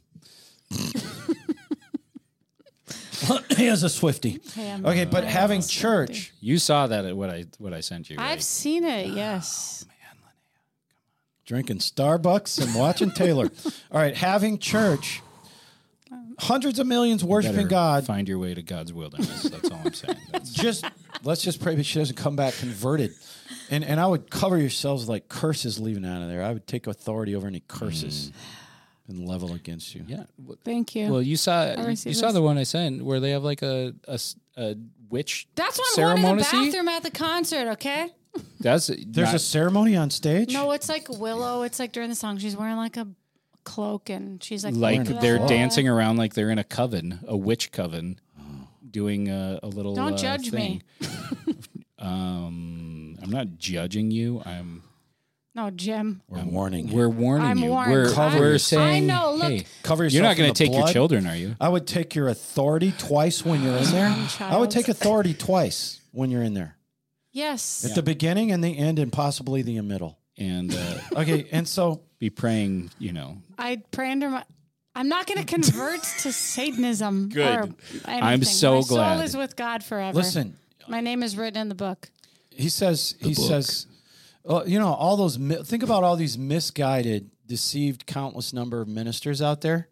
Speaker 1: he has a Swifty.
Speaker 2: Damn.
Speaker 1: Okay, but having church,
Speaker 3: You saw that at what I what I sent you.
Speaker 2: I've
Speaker 3: Right?
Speaker 2: seen it.
Speaker 1: Oh,
Speaker 2: Yes.
Speaker 1: drinking Starbucks and watching Taylor. All right, having church, hundreds of millions worshiping
Speaker 3: Better
Speaker 1: God.
Speaker 3: Find your way to God's wilderness. That's all I'm saying. That's,
Speaker 1: Just let's just pray that she doesn't come back converted. And and I would cover yourselves with, like curses leaving out of there. I would take authority over any curses and level against you.
Speaker 3: Mm. yeah.
Speaker 2: Thank you.
Speaker 3: Well, you saw
Speaker 2: I
Speaker 3: you,
Speaker 2: receive
Speaker 3: saw
Speaker 2: this.
Speaker 3: the one I sent where they have like a a, s- a witch.
Speaker 2: That's when I'm
Speaker 3: ceremony.
Speaker 2: going to the bathroom at the concert, okay?
Speaker 3: That's
Speaker 1: There's a
Speaker 3: not-
Speaker 1: ceremony on stage.
Speaker 2: No, Oh, it's like Willow. It's like during the song, she's wearing like a cloak and she's like,
Speaker 3: like
Speaker 1: Learn
Speaker 3: they're
Speaker 1: about-
Speaker 3: dancing around like they're in a coven, a witch coven, doing a, a little.
Speaker 2: Don't
Speaker 3: uh,
Speaker 2: judge me.
Speaker 3: thing. um, I'm not judging you. I'm.
Speaker 2: No, Jim.
Speaker 1: We're warning you.
Speaker 3: We're warning
Speaker 2: I'm
Speaker 3: you.
Speaker 2: warned.
Speaker 3: We're,
Speaker 2: Cover
Speaker 3: we're
Speaker 2: yourself.
Speaker 3: saying.
Speaker 2: I know, look.
Speaker 3: hey,
Speaker 1: Cover yourself.
Speaker 3: you're not
Speaker 1: going
Speaker 3: going to take your children, are you?
Speaker 1: I would take your authority twice when you're in there. I would
Speaker 2: child.
Speaker 1: take authority twice when you're in there.
Speaker 2: Yes.
Speaker 1: At the beginning and the end and possibly the middle.
Speaker 3: And uh,
Speaker 1: Okay, and so
Speaker 3: be praying. You know,
Speaker 2: I pray under my. I'm not going to convert to Satanism. Good. Or anything.
Speaker 3: I'm so
Speaker 2: my
Speaker 3: glad.
Speaker 2: Soul is with God forever.
Speaker 1: listen,
Speaker 2: my name is written in the book.
Speaker 1: he says he says well, you know all those mi- think about all these misguided deceived countless number of ministers out there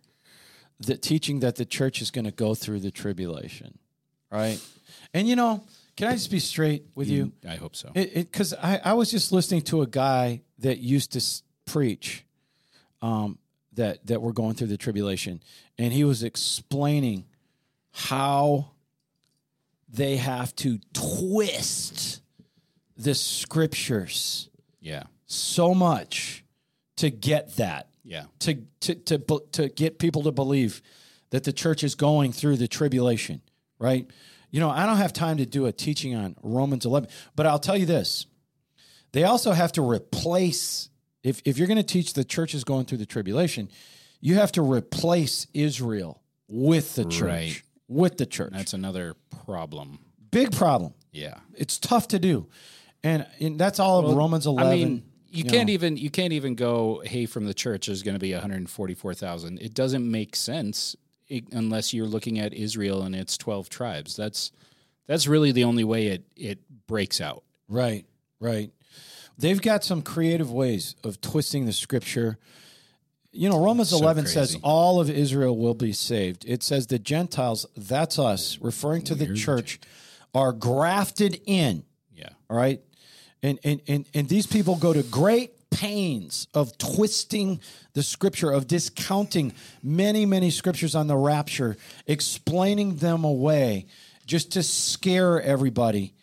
Speaker 1: that teaching that the church is going to go through the tribulation right and you know can i just be straight with you
Speaker 3: I hope so.
Speaker 1: It because I, I was just listening to a guy that used to s- preach um, that that we're going through the tribulation, and he was explaining how they have to twist the scriptures
Speaker 3: yeah.
Speaker 1: so much to get that
Speaker 3: Yeah.
Speaker 1: to to to bu- to get people to believe that the church is going through the tribulation, right? You know, I don't have time to do a teaching on Romans 11, but I'll tell you this. They also have to replace if if you're going to teach the church is going through the tribulation, you have to replace Israel with the church.
Speaker 3: Right.
Speaker 1: With the church.
Speaker 3: That's another problem.
Speaker 1: Big problem.
Speaker 3: Yeah.
Speaker 1: It's tough to do. And, and that's all of Romans 11.
Speaker 3: I mean, you can't even you can't even go. Hey, from the church is going to be one hundred forty four thousand. It doesn't make sense i- unless you're looking at Israel and its twelve tribes. That's that's really the only way it it breaks out.
Speaker 1: Right, right. They've got some creative ways of twisting the scripture You know, Romans
Speaker 3: so
Speaker 1: 11
Speaker 3: crazy.
Speaker 1: says all of Israel will be saved. It says the Gentiles, that's us, referring to the church, are grafted in.
Speaker 3: Yeah.
Speaker 1: All right. And, and, and, and these people go to great pains of twisting the scripture, of discounting many, many scriptures on the rapture, explaining them away just to scare everybody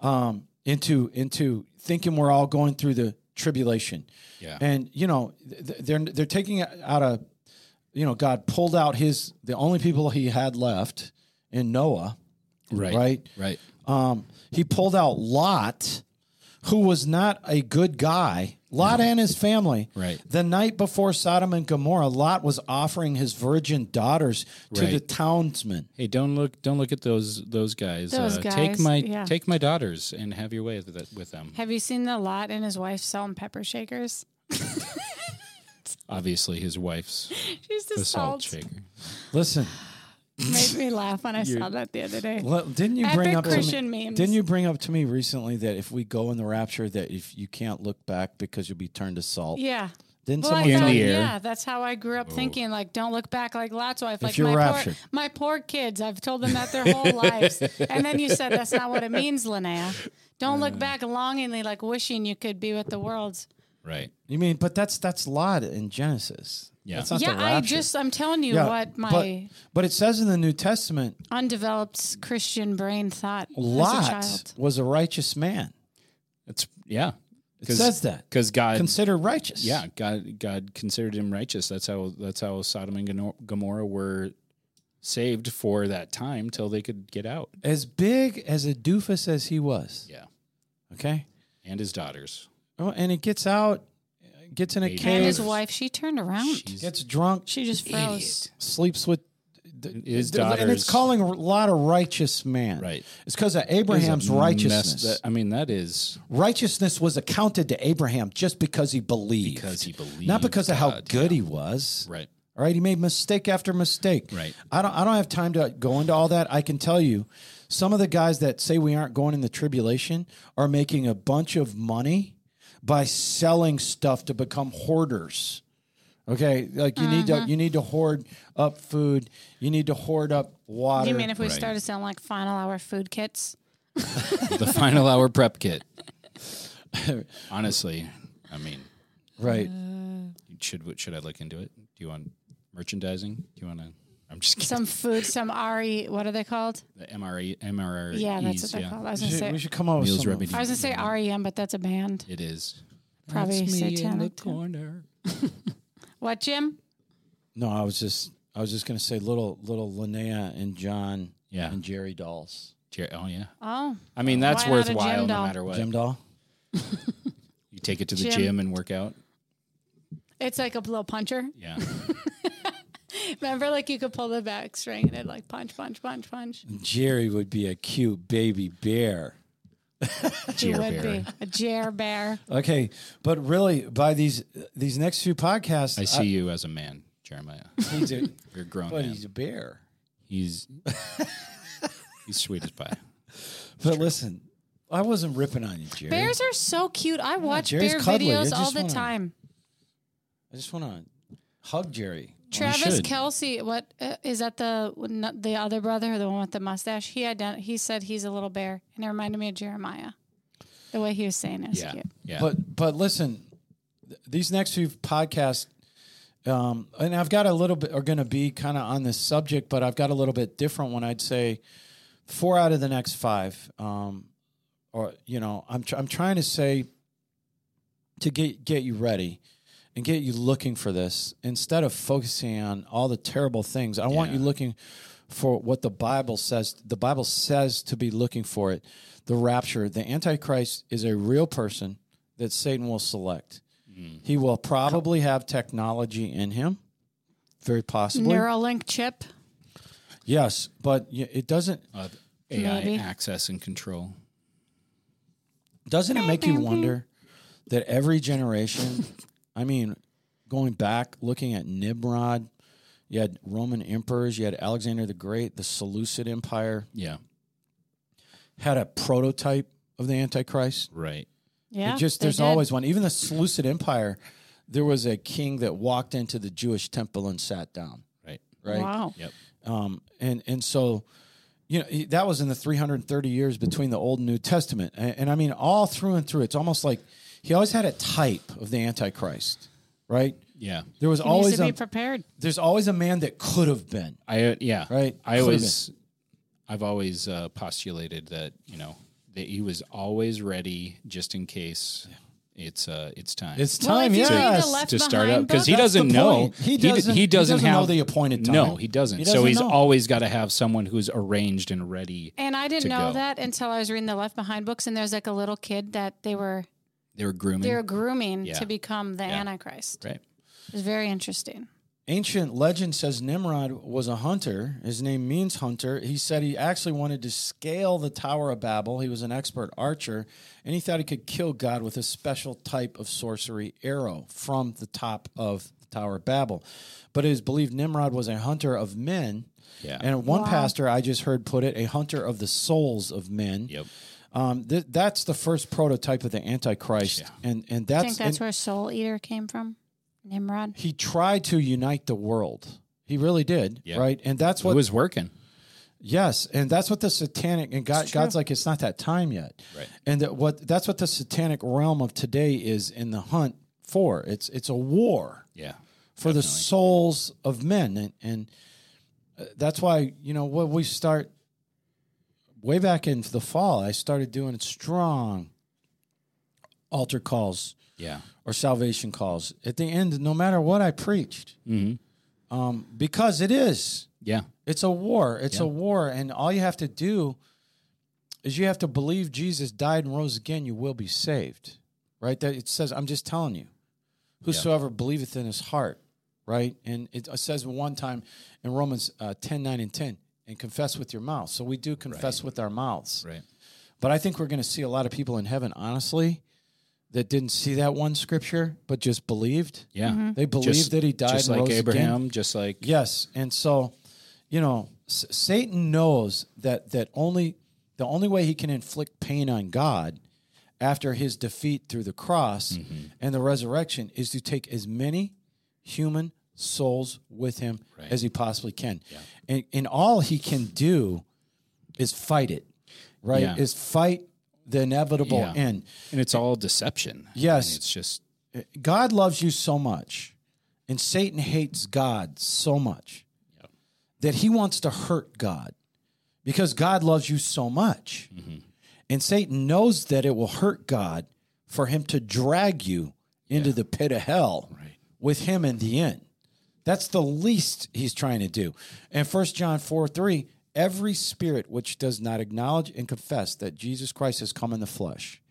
Speaker 1: um, into, into thinking we're all going through the tribulation.
Speaker 3: Yeah.
Speaker 1: And, you know, th- th- they're, they're taking out a, you know, God pulled out his, the only people he had left in Noah.
Speaker 3: Right.
Speaker 1: Right.
Speaker 3: Right.
Speaker 1: Um, he pulled out Lot, who was not a good guy. Lot and his family.
Speaker 3: Right.
Speaker 1: The night before Sodom and Gomorrah, Lot was offering his virgin daughters to the
Speaker 3: Right.
Speaker 1: townsmen.
Speaker 3: Hey, don't look don't look at those those guys. Uh,
Speaker 2: Those
Speaker 3: Take
Speaker 2: guys,
Speaker 3: my
Speaker 2: yeah.
Speaker 3: take my daughters and have your way with, that- with them.
Speaker 2: Have you seen the lot and his wife selling pepper shakers?
Speaker 3: Obviously, his wife's
Speaker 2: She's the
Speaker 3: the
Speaker 2: salt.
Speaker 3: salt shaker.
Speaker 1: Listen,
Speaker 2: Made me laugh when I saw that the other day.
Speaker 1: le- didn't you bring
Speaker 2: Epic
Speaker 1: up
Speaker 2: Christian
Speaker 1: to me,
Speaker 2: memes.
Speaker 1: Didn't you bring up to me recently that if we go in the rapture, that if you can't look back because you'll be turned to salt?
Speaker 2: Yeah.
Speaker 1: Didn't
Speaker 2: Well,
Speaker 1: someone
Speaker 2: I
Speaker 1: tell
Speaker 2: thought,
Speaker 1: you?
Speaker 3: air.
Speaker 2: yeah, that's how I grew up thinking. Like, don't look back like Lot's wife. Like
Speaker 1: you're
Speaker 2: my
Speaker 1: raptured.
Speaker 2: poor, my poor kids. I've told them that their whole lives. And then you said that's not what it means, Linnea. Don't look back longingly, like wishing you could be with the world.
Speaker 3: Right.
Speaker 1: You mean, but that's that's Lot in Genesis.
Speaker 3: Yeah.
Speaker 1: That's not
Speaker 2: yeah,
Speaker 1: the
Speaker 2: I
Speaker 1: rapture.
Speaker 2: just I'm telling you
Speaker 1: Yeah,
Speaker 2: what my
Speaker 1: but, but it says in the New Testament
Speaker 2: undeveloped Christian brain thought as a
Speaker 1: Lot
Speaker 2: child.
Speaker 1: was a righteous man.
Speaker 3: That's yeah.
Speaker 1: It says that.
Speaker 3: because God
Speaker 1: Considered righteous.
Speaker 3: Yeah, God God considered him righteous. That's how that's how Sodom and Gomor- Gomorrah were saved for that time till they could get out.
Speaker 1: As big as a doofus as he was.
Speaker 3: Yeah,
Speaker 1: Okay.
Speaker 3: and his daughters.
Speaker 1: Oh, and he gets out, gets in a
Speaker 3: And
Speaker 2: And
Speaker 1: cave,
Speaker 2: his wife, she turned around.
Speaker 3: She's
Speaker 1: gets drunk,
Speaker 2: she just froze.
Speaker 1: sleeps with th-
Speaker 3: His
Speaker 1: th- And it's
Speaker 3: daughters.
Speaker 1: calling a lot of righteous man.
Speaker 3: Right.
Speaker 1: It's because of
Speaker 3: There's a
Speaker 1: Abraham's
Speaker 3: mess
Speaker 1: righteousness.
Speaker 3: that- I mean, that is
Speaker 1: righteousness was accounted to Abraham just because he believed.
Speaker 3: Because he believed,
Speaker 1: Not because of how
Speaker 3: God,
Speaker 1: good he was.
Speaker 3: right.
Speaker 1: All right, he made mistake after mistake.
Speaker 3: Right.
Speaker 1: I don't I don't have time to go into all that. I can tell you some of the guys that say we aren't going in the tribulation are making a bunch of money by selling stuff to become hoarders. Okay? Like you need
Speaker 2: Uh-huh.
Speaker 1: to you need to hoard up food, you need to hoard up water.
Speaker 2: You mean if we
Speaker 3: Right.
Speaker 2: started selling like final hour food kits?
Speaker 3: the final hour prep kit. Honestly, I mean,
Speaker 1: right.
Speaker 2: Mm,
Speaker 3: should should I look into it? Do you want merchandising? Do you want to? I'm just kidding.
Speaker 2: Some food, some RE. What are they called?
Speaker 3: The MRE, MRE.
Speaker 2: Yeah, that's what they're called. I was
Speaker 1: We
Speaker 2: gonna
Speaker 1: should,
Speaker 2: say
Speaker 1: we should come up with
Speaker 3: Meals
Speaker 1: some
Speaker 3: remedy.
Speaker 2: I was gonna say REM, but that's a band.
Speaker 3: It is.
Speaker 2: Probably
Speaker 3: That's me in the
Speaker 2: satanic.
Speaker 3: corner.
Speaker 2: What, Jim?
Speaker 1: No, I was just I was just gonna say little little Linnea and John
Speaker 3: Yeah.
Speaker 1: and Jerry dolls.
Speaker 3: Jer- Oh yeah.
Speaker 2: Oh,
Speaker 3: I mean, that's
Speaker 2: Why not a gym
Speaker 3: worthwhile no
Speaker 2: doll?
Speaker 3: matter what.
Speaker 1: Jim doll?
Speaker 3: You take it to the
Speaker 2: Gym.
Speaker 3: gym and work out.
Speaker 2: it's like a little puncher.
Speaker 3: Yeah.
Speaker 2: Remember, like you could pull the back string and it like punch, punch, punch, punch.
Speaker 1: Jerry would be a cute baby bear.
Speaker 2: She
Speaker 3: Jer
Speaker 2: would
Speaker 3: bear.
Speaker 2: be a jer bear.
Speaker 1: Okay, but really, by these these next few podcasts,
Speaker 3: I see you as a man, Jeremiah.
Speaker 1: I- he's a,
Speaker 3: You're a grown
Speaker 1: Uh, but
Speaker 3: man.
Speaker 1: he's a bear.
Speaker 3: He's he's sweet as pie.
Speaker 1: But listen, I wasn't ripping on you, Jerry.
Speaker 2: Bears are so cute. I watch
Speaker 1: Jerry's
Speaker 2: bear
Speaker 1: cuddly. You
Speaker 2: videos all
Speaker 1: just
Speaker 2: the
Speaker 1: wanna-
Speaker 2: time.
Speaker 1: I just want to hug Jerry.
Speaker 2: Travis
Speaker 3: should.
Speaker 2: Kelsey, what uh, is that the not the other brother, the one with the mustache? He ident- he said he's a little bear, and it reminded me of Jeremiah. The way he was saying it was
Speaker 3: Yeah.
Speaker 2: cute.
Speaker 3: Yeah.
Speaker 1: But but listen, th- these next few podcasts, um, and I've got a little bit are going to be kind of on this subject, but I've got a little bit different one. I'd say four out of the next five, um, or you know, I'm tr- I'm trying to say to get get you ready and get you looking for this instead of focusing on all the terrible things. I want you looking for what the Bible says. The Bible says to be looking for it. The rapture, the Antichrist is a real person that Satan will select. He will probably have technology in him, very possibly.
Speaker 2: Neuralink chip.
Speaker 1: yes, but y- it doesn't.
Speaker 3: Uh, AI
Speaker 2: Maybe.
Speaker 3: access and control.
Speaker 1: Doesn't it make you wonder that every generation, I mean, going back, looking at Nimrod, you had Roman emperors, you had Alexander the Great, the Seleucid Empire
Speaker 3: Yeah.
Speaker 1: had a prototype of the Antichrist.
Speaker 3: Right.
Speaker 1: It
Speaker 2: Yeah.
Speaker 1: just
Speaker 2: they
Speaker 1: there's
Speaker 2: did.
Speaker 1: always one. Even the Seleucid Empire, there was a king that walked into the Jewish temple and sat down,
Speaker 3: right?
Speaker 1: right?
Speaker 2: Wow.
Speaker 3: Yep.
Speaker 1: Um, and and so, you know, he- that was in the 330 years between the Old and New Testament, and, and I mean, all through and through, it's almost like he always had a type of the Antichrist, right?
Speaker 3: Yeah.
Speaker 1: There was
Speaker 2: He
Speaker 1: always
Speaker 2: needs to
Speaker 1: a,
Speaker 2: be prepared.
Speaker 1: there's always a man that could have been.
Speaker 3: I uh, yeah.
Speaker 1: Right.
Speaker 3: I
Speaker 1: Could've
Speaker 3: always, I've always uh, postulated that you know that he was always ready just in case it's uh it's time.
Speaker 1: It's
Speaker 2: Well, if
Speaker 1: time,
Speaker 2: you read the
Speaker 1: yes.
Speaker 2: left-
Speaker 3: to start
Speaker 2: behind
Speaker 3: up because he
Speaker 2: book?
Speaker 1: That's the
Speaker 3: doesn't know
Speaker 1: point. He
Speaker 3: d-
Speaker 1: doesn't- he doesn't know the appointed time.
Speaker 3: No, he doesn't.
Speaker 1: He
Speaker 3: so
Speaker 1: doesn't
Speaker 3: he's
Speaker 1: know.
Speaker 3: always got to have someone who's arranged and ready.
Speaker 2: And I didn't
Speaker 3: to
Speaker 2: know
Speaker 3: go.
Speaker 2: that until I was reading the Left Behind books, and there's like a little kid that they were
Speaker 3: They were grooming.
Speaker 2: they were grooming
Speaker 3: Mm. Yeah.
Speaker 2: to become the
Speaker 3: Yeah.
Speaker 2: Antichrist.
Speaker 3: right.
Speaker 2: It was very interesting.
Speaker 1: Ancient legend says Nimrod was a hunter. His name means hunter. He said he actually wanted to scale the Tower of Babel. He was an expert archer, and he thought he could kill God with a special type of sorcery arrow from the top of the Tower of Babel. But it is believed Nimrod was a hunter of men.
Speaker 3: Yeah.
Speaker 1: And one pastor I just heard put it, a hunter of the souls of men.
Speaker 3: Yep.
Speaker 1: Um, th- that's the first prototype of the Antichrist, and and
Speaker 2: I
Speaker 1: that's,
Speaker 2: think that's
Speaker 1: and-
Speaker 2: where Soul Eater came from. Nimrod.
Speaker 1: he tried to unite the world. He really did,
Speaker 3: Yeah.
Speaker 1: right? And that's what
Speaker 3: it was working.
Speaker 1: yes, and that's what the satanic and God, God's like it's not that time yet,
Speaker 3: Right.
Speaker 1: And that what that's what the satanic realm of today is in the hunt for. It's it's a war
Speaker 3: Yeah.
Speaker 1: for the souls of men, and and uh, that's why you know what we start way back in the fall. I started doing strong altar calls
Speaker 3: Yeah.
Speaker 1: or salvation calls at the end, no matter what I preached,
Speaker 3: Mhm.
Speaker 1: um, because it is.
Speaker 3: Yeah.
Speaker 1: It's a war. It's a war, and all you have to do is you have to believe Jesus died and rose again. You will be saved, right? That it says. I'm just telling you, whosoever believeth in his heart, right? And it says one time in Romans uh, ten nine and ten, and confess with your mouth. So we do confess with our mouths,
Speaker 3: Right.
Speaker 1: but I think we're going to see a lot of people in heaven, honestly, that didn't see that one scripture but just believed.
Speaker 3: Yeah.
Speaker 1: They believed
Speaker 3: Just-
Speaker 1: that he died
Speaker 3: just
Speaker 1: and
Speaker 3: like
Speaker 1: rose
Speaker 3: Abraham,
Speaker 1: again.
Speaker 3: just like
Speaker 1: Yes, and so, you know, S- Satan knows that that only the only way he can inflict pain on God after his defeat through the cross
Speaker 3: Mm-hmm.
Speaker 1: and the resurrection is to take as many human souls with him as he possibly can, and and all he can do is fight it, right?
Speaker 3: Yeah.
Speaker 1: Is fight the inevitable
Speaker 3: Yeah.
Speaker 1: end.
Speaker 3: and it's all deception. I
Speaker 1: Yes.
Speaker 3: mean, it's just
Speaker 1: God loves you so much, and Satan hates God so much that he wants to hurt God because God loves you so much. And Satan knows that it will hurt God for him to drag you into the pit of hell with him in the end. That's the least he's trying to do. And 1 John 4 3, every spirit which does not acknowledge and confess that Jesus Christ has come in the flesh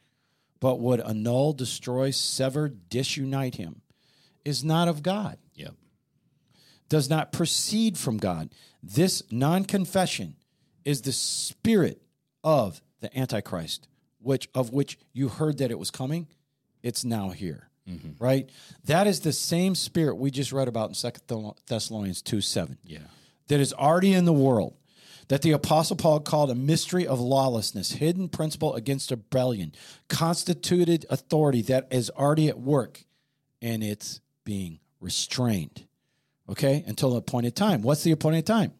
Speaker 1: but would annul, destroy, sever, disunite him, is not of God,
Speaker 3: yeah.
Speaker 1: does not proceed from God. This non confession is the spirit of the Antichrist, which of which you heard that it was coming, it's now here. Right? That is the same spirit we just read about in Second Thessalonians 2 7
Speaker 3: Yeah.
Speaker 1: that is already in the world that the apostle paul called a mystery of lawlessness hidden principle against rebellion constituted authority that is already at work and it's being restrained okay until the appointed time what's the appointed time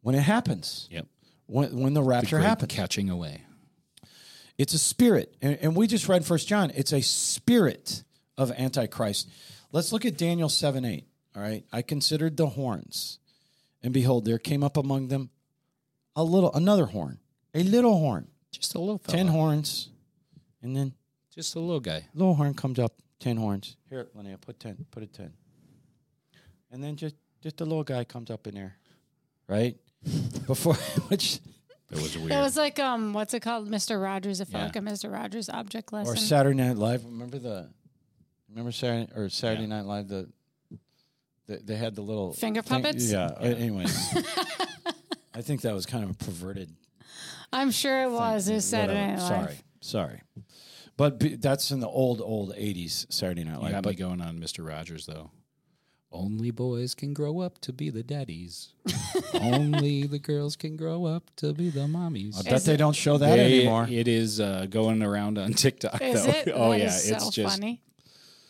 Speaker 1: when it happens
Speaker 3: Yep.
Speaker 1: when, when the rapture
Speaker 3: Great
Speaker 1: happens
Speaker 3: Catching away.
Speaker 1: it's a spirit and, and we just read first john it's a spirit of antichrist let's look at daniel 7 8 all right i considered the horns and behold there came up among them a little another horn a little horn
Speaker 3: Just a little fella.
Speaker 1: ten horns and then
Speaker 3: Just a little guy.
Speaker 1: little horn comes up ten horns here linnea put ten put a ten and then just just a little guy comes up in there right before which
Speaker 3: That was weird.
Speaker 2: That was like um, what's it called, Mister Rogers? It felt
Speaker 3: Yeah.
Speaker 2: like a Mister Rogers object lesson.
Speaker 1: or Saturday Night Live. Remember the, remember Saturday or Saturday
Speaker 3: Yeah.
Speaker 1: Night Live the, the, they had the little
Speaker 2: Finger
Speaker 1: thing-
Speaker 2: puppets?
Speaker 1: Yeah. yeah. Anyway, I think that was kind of a perverted.
Speaker 2: I'm sure it was. It was Saturday
Speaker 1: whatever.
Speaker 2: Night Live.
Speaker 1: Sorry, sorry, but be, that's in the old old '80s Saturday Night
Speaker 3: You
Speaker 1: Live.
Speaker 3: got me
Speaker 1: But
Speaker 3: going on Mr. Rogers though. Only boys can grow up to be the daddies. Only the girls can grow up to be the mommies.
Speaker 1: I bet they don't show that
Speaker 3: They-
Speaker 1: anymore.
Speaker 3: It is uh, going around on TikTok
Speaker 2: Is
Speaker 3: though.
Speaker 2: it?
Speaker 3: Oh
Speaker 2: That
Speaker 3: yeah,
Speaker 2: is so
Speaker 3: it's just
Speaker 2: funny.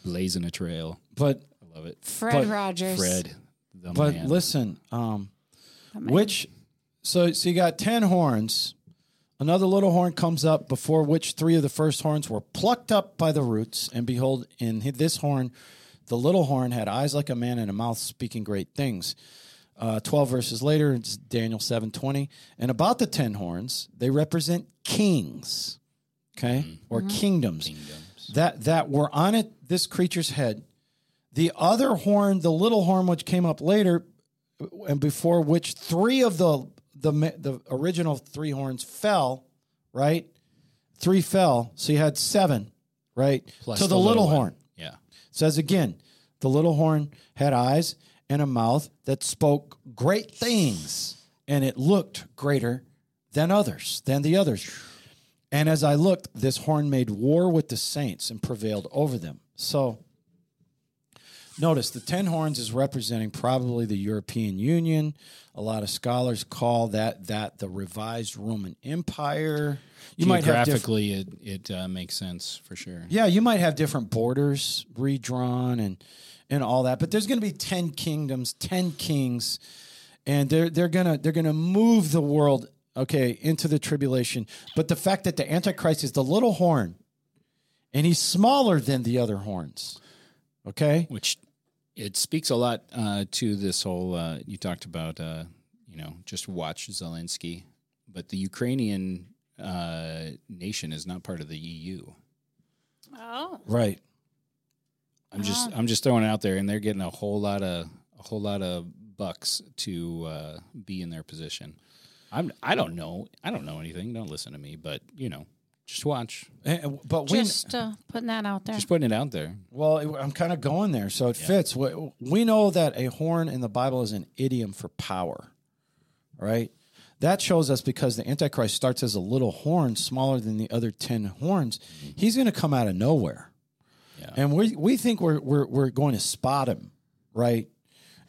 Speaker 3: blazing a trail.
Speaker 1: But
Speaker 3: I love it.
Speaker 2: Fred
Speaker 1: But
Speaker 2: Rogers.
Speaker 3: Fred, the
Speaker 1: but
Speaker 3: Oh, man.
Speaker 1: listen, um,
Speaker 2: The man.
Speaker 1: which so so you got ten horns. Another little horn comes up before which three of the first horns were plucked up by the roots, and behold, in this horn, the little horn had eyes like a man and a mouth speaking great things. Uh, Twelve verses later, it's Daniel seven twenty, and about the ten horns, they represent kings, okay, or kingdoms that that were on it this creature's head. The other horn, the little horn which came up later, and before which three of the the ma- the original three horns fell, right? Three fell, so you had seven, right?
Speaker 3: Plus
Speaker 1: so the,
Speaker 3: the
Speaker 1: little,
Speaker 3: little one.
Speaker 1: horn
Speaker 3: Yeah.
Speaker 1: says again, the little horn had eyes and a mouth that spoke great things, and it looked greater than others, than the others. And as I looked, this horn made war with the saints and prevailed over them. So notice the 10 horns is representing probably the European Union. A lot of scholars call that that the revised Roman Empire. You might have different
Speaker 3: Geographically, it, it uh, makes sense for sure.
Speaker 1: yeah, you might have different borders redrawn and and all that, but there's going to be ten kingdoms, ten kings, and they're they're gonna they're gonna move the world okay into the tribulation. But the fact that the Antichrist is the little horn, and he's smaller than the other horns, okay,
Speaker 3: which it speaks a lot uh, to this whole. Uh, you talked about, uh, you know, just watch Zelensky, but the Ukrainian uh, nation is not part of the E EU.
Speaker 2: Oh.
Speaker 1: right?
Speaker 3: I'm just, I'm just throwing it out there, and they're getting a whole lot of, a whole lot of bucks to uh, be in their position. I'm, I don't know, I don't know anything. Don't listen to me, but you know, just watch.
Speaker 1: And- but we
Speaker 2: Just uh, putting that out there.
Speaker 3: Just putting it out there.
Speaker 1: well, it- I'm kind of going there, so it fits. We, we know that a horn in the Bible is an idiom for power. right? That shows us because the Antichrist starts as a little horn, smaller than the other 10 horns, he's going to come out of nowhere.
Speaker 3: Yeah.
Speaker 1: And we, we think we're, we're, we're going to spot him, right?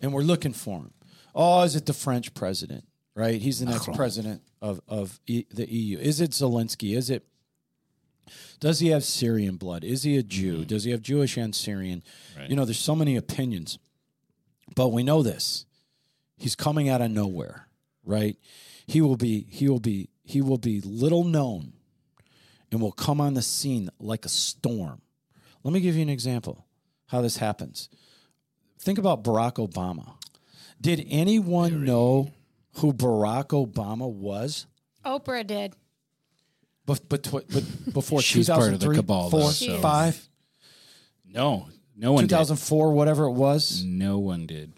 Speaker 1: And we're looking for him. Oh, is it the French president, right? He's the next president of, of e, the EU. Is it Zelensky? Is it, does he have Syrian blood? Is he a Jew? Does he have Jewish and Syrian? You know, there's so many opinions, but we know this he's coming out of nowhere right he will be he will be he will be little known and will come on the scene like a storm let me give you an example how this happens think about barack obama did anyone know who barack obama was
Speaker 2: Oprah did.
Speaker 1: bef- betw- be- before
Speaker 3: She's part of the
Speaker 1: 2003
Speaker 3: cabal, though,
Speaker 1: 4
Speaker 3: so-
Speaker 1: 5
Speaker 3: No, no one. Did.
Speaker 1: 2004 whatever it was
Speaker 3: No one did.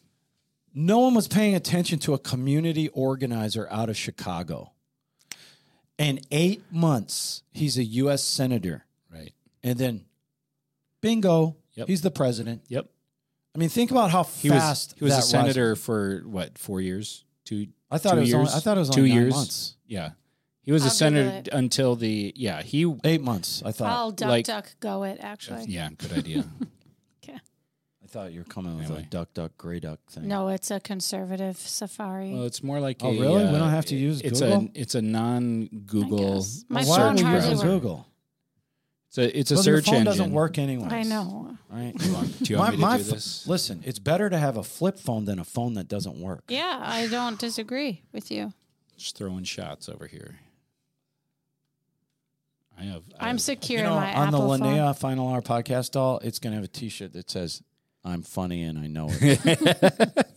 Speaker 1: no one was paying attention to a community organizer out of Chicago. In eight months, he's a U.S. senator.
Speaker 3: Right.
Speaker 1: And then, bingo,
Speaker 3: Yep.
Speaker 1: he's the president.
Speaker 3: Yep.
Speaker 1: I mean, think about how
Speaker 3: He
Speaker 1: fast
Speaker 3: was he was
Speaker 1: that
Speaker 3: a
Speaker 1: rise-
Speaker 3: senator for what four years? Two.
Speaker 1: I thought
Speaker 3: two
Speaker 1: it was.
Speaker 3: Years?
Speaker 1: Only, I thought it was
Speaker 3: two
Speaker 1: only nine
Speaker 3: years.
Speaker 1: months.
Speaker 3: Yeah, he was
Speaker 2: I'll
Speaker 3: a
Speaker 2: Google it.
Speaker 3: senator until the yeah he
Speaker 1: Eight months. I thought.
Speaker 2: I'll duck
Speaker 3: like-
Speaker 2: duck go it actually.
Speaker 3: yeah good idea.
Speaker 1: I thought you were coming with
Speaker 3: Anyway.
Speaker 1: a duck, duck, gray duck thing.
Speaker 2: No, it's a conservative safari.
Speaker 3: well, it's more like
Speaker 1: Oh,
Speaker 3: a,
Speaker 1: really? We
Speaker 3: uh,
Speaker 1: don't have to use
Speaker 3: it's
Speaker 1: Google?
Speaker 3: a it's a non Google.
Speaker 2: guess. My
Speaker 1: why
Speaker 2: phone
Speaker 1: don't we
Speaker 2: hardly
Speaker 1: use
Speaker 2: works.
Speaker 1: Google?
Speaker 3: It's a it's a
Speaker 1: Well, your
Speaker 3: search
Speaker 1: phone
Speaker 3: engine.
Speaker 1: doesn't work anyway.
Speaker 2: I know.
Speaker 1: Right.
Speaker 3: Do you want me to do
Speaker 1: ph-
Speaker 3: this?
Speaker 1: listen, it's better to have a flip phone than a phone that doesn't work.
Speaker 2: Yeah, I don't disagree with you.
Speaker 3: Just throwing shots over here. I have. I
Speaker 2: I'm
Speaker 3: have-
Speaker 2: secure
Speaker 1: you know,
Speaker 2: in my
Speaker 1: on
Speaker 2: Apple
Speaker 1: the
Speaker 2: phone.
Speaker 1: Linnea Final Hour podcast doll, it's going to have a T-shirt that says "I'm funny and I know it."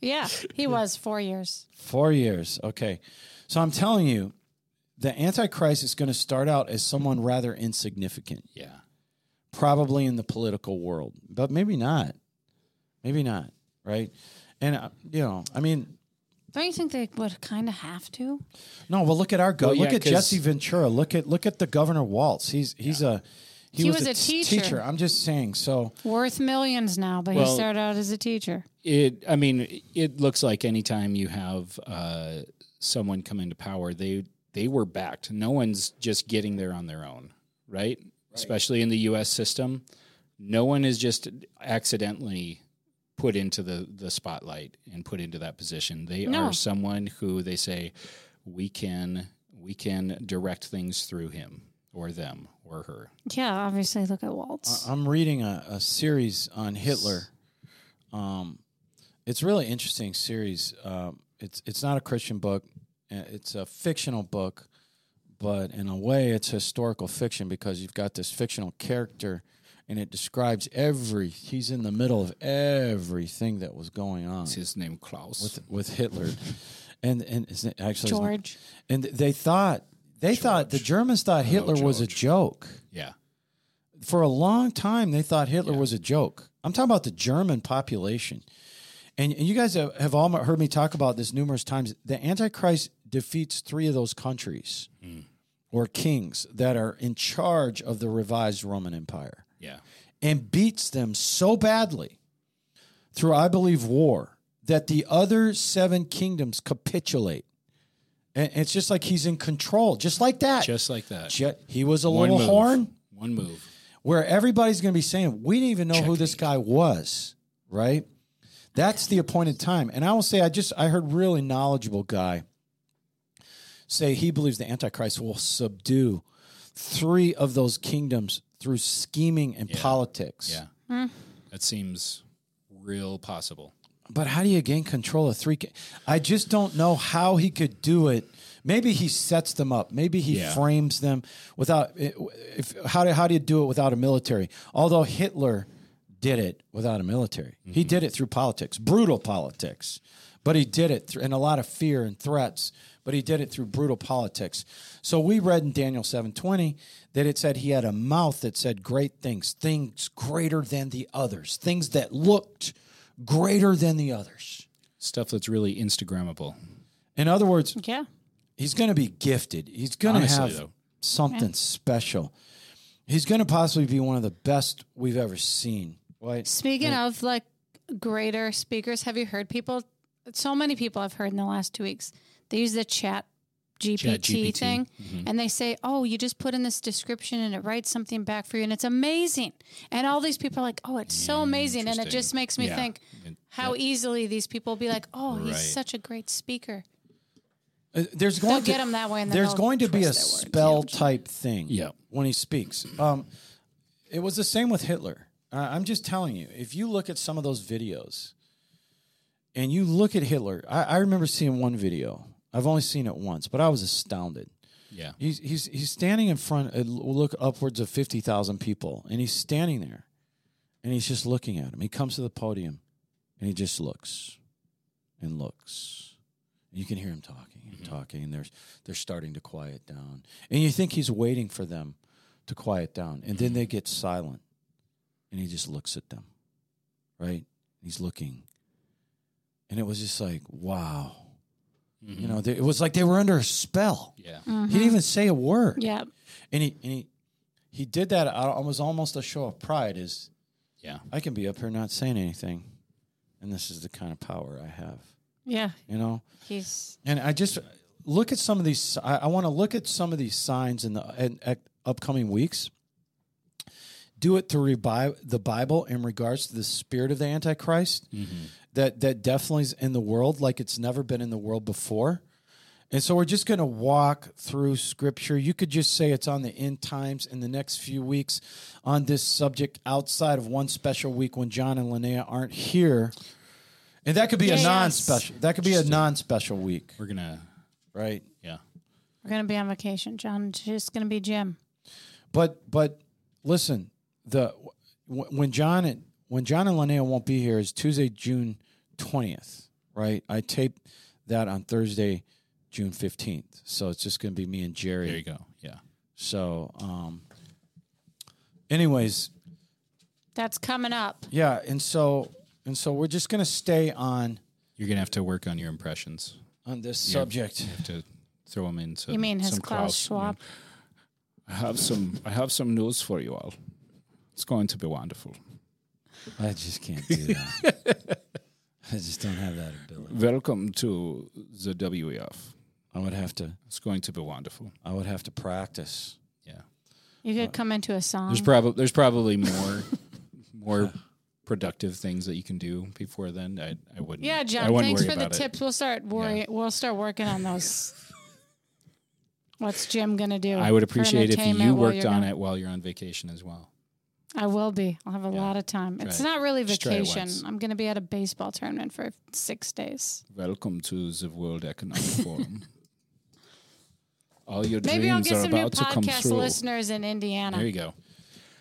Speaker 2: Yeah, he was four years.
Speaker 1: Four years, okay. So I'm telling you, the Antichrist is going to start out as someone rather insignificant,
Speaker 3: Yeah.
Speaker 1: probably in the political world, but maybe not. Maybe not, right? And uh, you know, I mean,
Speaker 2: Don't you think they would kind of have to?
Speaker 1: no. Well, look at our go.
Speaker 3: Well, yeah,
Speaker 1: look at
Speaker 3: 'cause-
Speaker 1: Jesse Ventura. Look at look at the Governor Waltz. He's he's a he,
Speaker 2: He
Speaker 1: was,
Speaker 2: was
Speaker 1: a
Speaker 2: a
Speaker 1: t-
Speaker 2: teacher.
Speaker 1: teacher. I'm just saying. So
Speaker 2: Worth millions now, but he
Speaker 3: Well-
Speaker 2: started out as a teacher.
Speaker 3: It. I mean, it looks like anytime you have uh, someone come into power, they they were backed. No one's just getting there on their own, right? Especially in the U.S. system, no one is just accidentally put into the the spotlight and put into that position. They
Speaker 2: No.
Speaker 3: are someone who they say we can we can direct things through him. or them or her.
Speaker 2: Yeah, obviously, look at Waltz.
Speaker 1: I- I'm reading a, a series on Hitler. Um, it's really interesting series. Um, it's it's not a Christian book. Uh, It's a fictional book, but in a way, it's historical fiction because you've got this fictional character, and it describes every. He's in the middle of everything that was going on
Speaker 3: It's his name Klaus.
Speaker 1: with with Hitler, and and his na- actually his na-
Speaker 2: George.
Speaker 1: and they thought they thought the Germans thought Hitler was a joke
Speaker 3: yeah.
Speaker 1: for a long time they thought Hitler was a joke. I'm talking about the German population. And, and you guys have, have all heard me talk about this numerous times. The Antichrist defeats three of those countries
Speaker 3: Mm.
Speaker 1: or kings that are in charge of the revised Roman Empire
Speaker 3: Yeah.
Speaker 1: and beats them so badly through, I believe, war that the other seven kingdoms capitulate. And it's just like he's in control, just like that.
Speaker 3: Just like that.
Speaker 1: Ju- he was a
Speaker 3: One
Speaker 1: little
Speaker 3: move.
Speaker 1: horn
Speaker 3: One move.
Speaker 1: where everybody's going to be saying, we didn't even know who this guy was, right? That's the appointed time. And I will say, I just, I heard really knowledgeable guy say he believes the Antichrist will subdue three of those kingdoms through scheming and politics.
Speaker 3: Yeah. That seems real possible.
Speaker 1: But how do you gain control of three? ki- I just don't know how he could do it. Maybe he sets them up. Maybe he
Speaker 3: Yeah.
Speaker 1: frames them without. If how do how do you do it without a military? Although Hitler did it without a military, he did it through politics, brutal politics. But he did it through, and a lot of fear and threats. But he did it through brutal politics. So we read in Daniel seven twenty that it said he had a mouth that said great things, things greater than the others, things that looked greater than the others.
Speaker 3: Stuff that's really Instagrammable.
Speaker 1: In other words,
Speaker 2: Yeah.
Speaker 1: he's going to be gifted. He's going to
Speaker 3: Honestly,
Speaker 1: have
Speaker 3: though.
Speaker 1: something special. He's going to possibly be one of the best we've ever seen. Right?
Speaker 2: Speaking of like greater speakers, have you heard people? So many people I've heard in the last two weeks. They use the chat GPT,
Speaker 3: ChatGPT.
Speaker 2: thing
Speaker 3: mm-hmm.
Speaker 2: and they say, oh, you just put in this description and it writes something back for you and it's amazing. And all these people are like, oh, it's so amazing. And it
Speaker 3: Mm, Interesting.
Speaker 2: just makes me
Speaker 3: Yeah.
Speaker 2: think
Speaker 3: And-
Speaker 2: how easily these people be like, oh,
Speaker 3: Right.
Speaker 2: he's such a great speaker.
Speaker 1: Uh, There's
Speaker 2: They'll
Speaker 1: going
Speaker 2: get
Speaker 1: to
Speaker 2: him that way. And then
Speaker 1: there's
Speaker 2: they'll
Speaker 1: going to be a
Speaker 2: twist their words.
Speaker 1: spell type thing
Speaker 3: Yeah.
Speaker 1: when he speaks. Um, it was the same with Hitler. I I'm just telling you, if you look at some of those videos and you look at Hitler, I, I remember seeing one video. I've only seen it once, but I was astounded.
Speaker 3: Yeah.
Speaker 1: He's he's he's standing in front. uh, Look upwards of fifty thousand people, and he's standing there, and he's just looking at him. He comes to the podium, and he just looks, and looks. You can hear him talking and talking, and there's they're starting to quiet down, and you think he's waiting for them to quiet down, and then they get silent, and he just looks at them, right? He's looking, and it was just like wow, you know, they, it was like they were under a spell.
Speaker 3: Mm-hmm. Yeah.
Speaker 2: Mm-hmm.
Speaker 1: He didn't even say a word.
Speaker 2: Yeah.
Speaker 1: And he and he he did that out of- was almost a show of pride is
Speaker 3: Yeah.
Speaker 1: I can be up here not saying anything. And this is the kind of power I have.
Speaker 2: Yeah.
Speaker 1: You know?
Speaker 2: He's
Speaker 1: And I just look at some of these I, I want to look at some of these signs in the in, at upcoming weeks. Do it to revive the Bible in regards to the spirit of the Antichrist that that definitely is in the world like it's never been in the world before. And so we're just going to walk through scripture. You could just say it's on the end times in the next few weeks on this subject outside of one special week when John and Linnea aren't here. And that could be a
Speaker 2: Yes.
Speaker 1: non-special. That could be a non-special week,
Speaker 3: We're going to,
Speaker 1: right?
Speaker 3: yeah.
Speaker 2: we're gonna be on vacation, John. It's just gonna be Jim.
Speaker 1: But but listen, the wh- when John and when John and Linnea won't be here is Tuesday, June twentieth, right? I tape that on Thursday, June fifteenth. So it's just going to be me and Jerry.
Speaker 3: There you go. Yeah.
Speaker 1: So, um, anyways,
Speaker 2: That's coming up.
Speaker 1: yeah, and so and so we're just gonna stay on
Speaker 3: You're going to have to work on your impressions.
Speaker 1: on this subject.
Speaker 3: You have to throw them in. Some,
Speaker 2: You mean his
Speaker 3: some
Speaker 2: Klaus
Speaker 3: you know.
Speaker 2: Schwab?
Speaker 3: I have some. I have some news for you all. It's going to be wonderful.
Speaker 1: I just can't do that. I just don't have that ability.
Speaker 3: Welcome to the WEF.
Speaker 1: I would have to.
Speaker 3: It's going to be wonderful.
Speaker 1: I would have to practice.
Speaker 3: Yeah.
Speaker 2: You
Speaker 3: Uh,
Speaker 2: could come into a song.
Speaker 3: There's probably there's probably more more productive things that you can do before then. I, I wouldn't.
Speaker 2: yeah,
Speaker 3: I
Speaker 2: John.
Speaker 3: wouldn't
Speaker 2: Thanks
Speaker 3: worry
Speaker 2: for the
Speaker 3: about it.
Speaker 2: tips. We'll start worry. We'll start working on those. What's Jim going to do?
Speaker 3: I would
Speaker 2: for
Speaker 3: appreciate if you
Speaker 2: entertainment while
Speaker 3: worked
Speaker 2: you're
Speaker 3: on
Speaker 2: gone?
Speaker 3: it while you're on vacation as well.
Speaker 2: I will be. I'll have a lot of time. It's
Speaker 3: it.
Speaker 2: not really
Speaker 3: Just try it
Speaker 2: vacation.
Speaker 3: once.
Speaker 2: I'm going to be at a baseball tournament for six days.
Speaker 3: Welcome to the World Economic Forum. All your
Speaker 2: Maybe I'll
Speaker 3: dreams
Speaker 2: get
Speaker 3: are
Speaker 2: some new
Speaker 3: about to come
Speaker 2: podcast
Speaker 3: through.
Speaker 2: listeners in
Speaker 3: There
Speaker 2: Indiana.
Speaker 3: you go.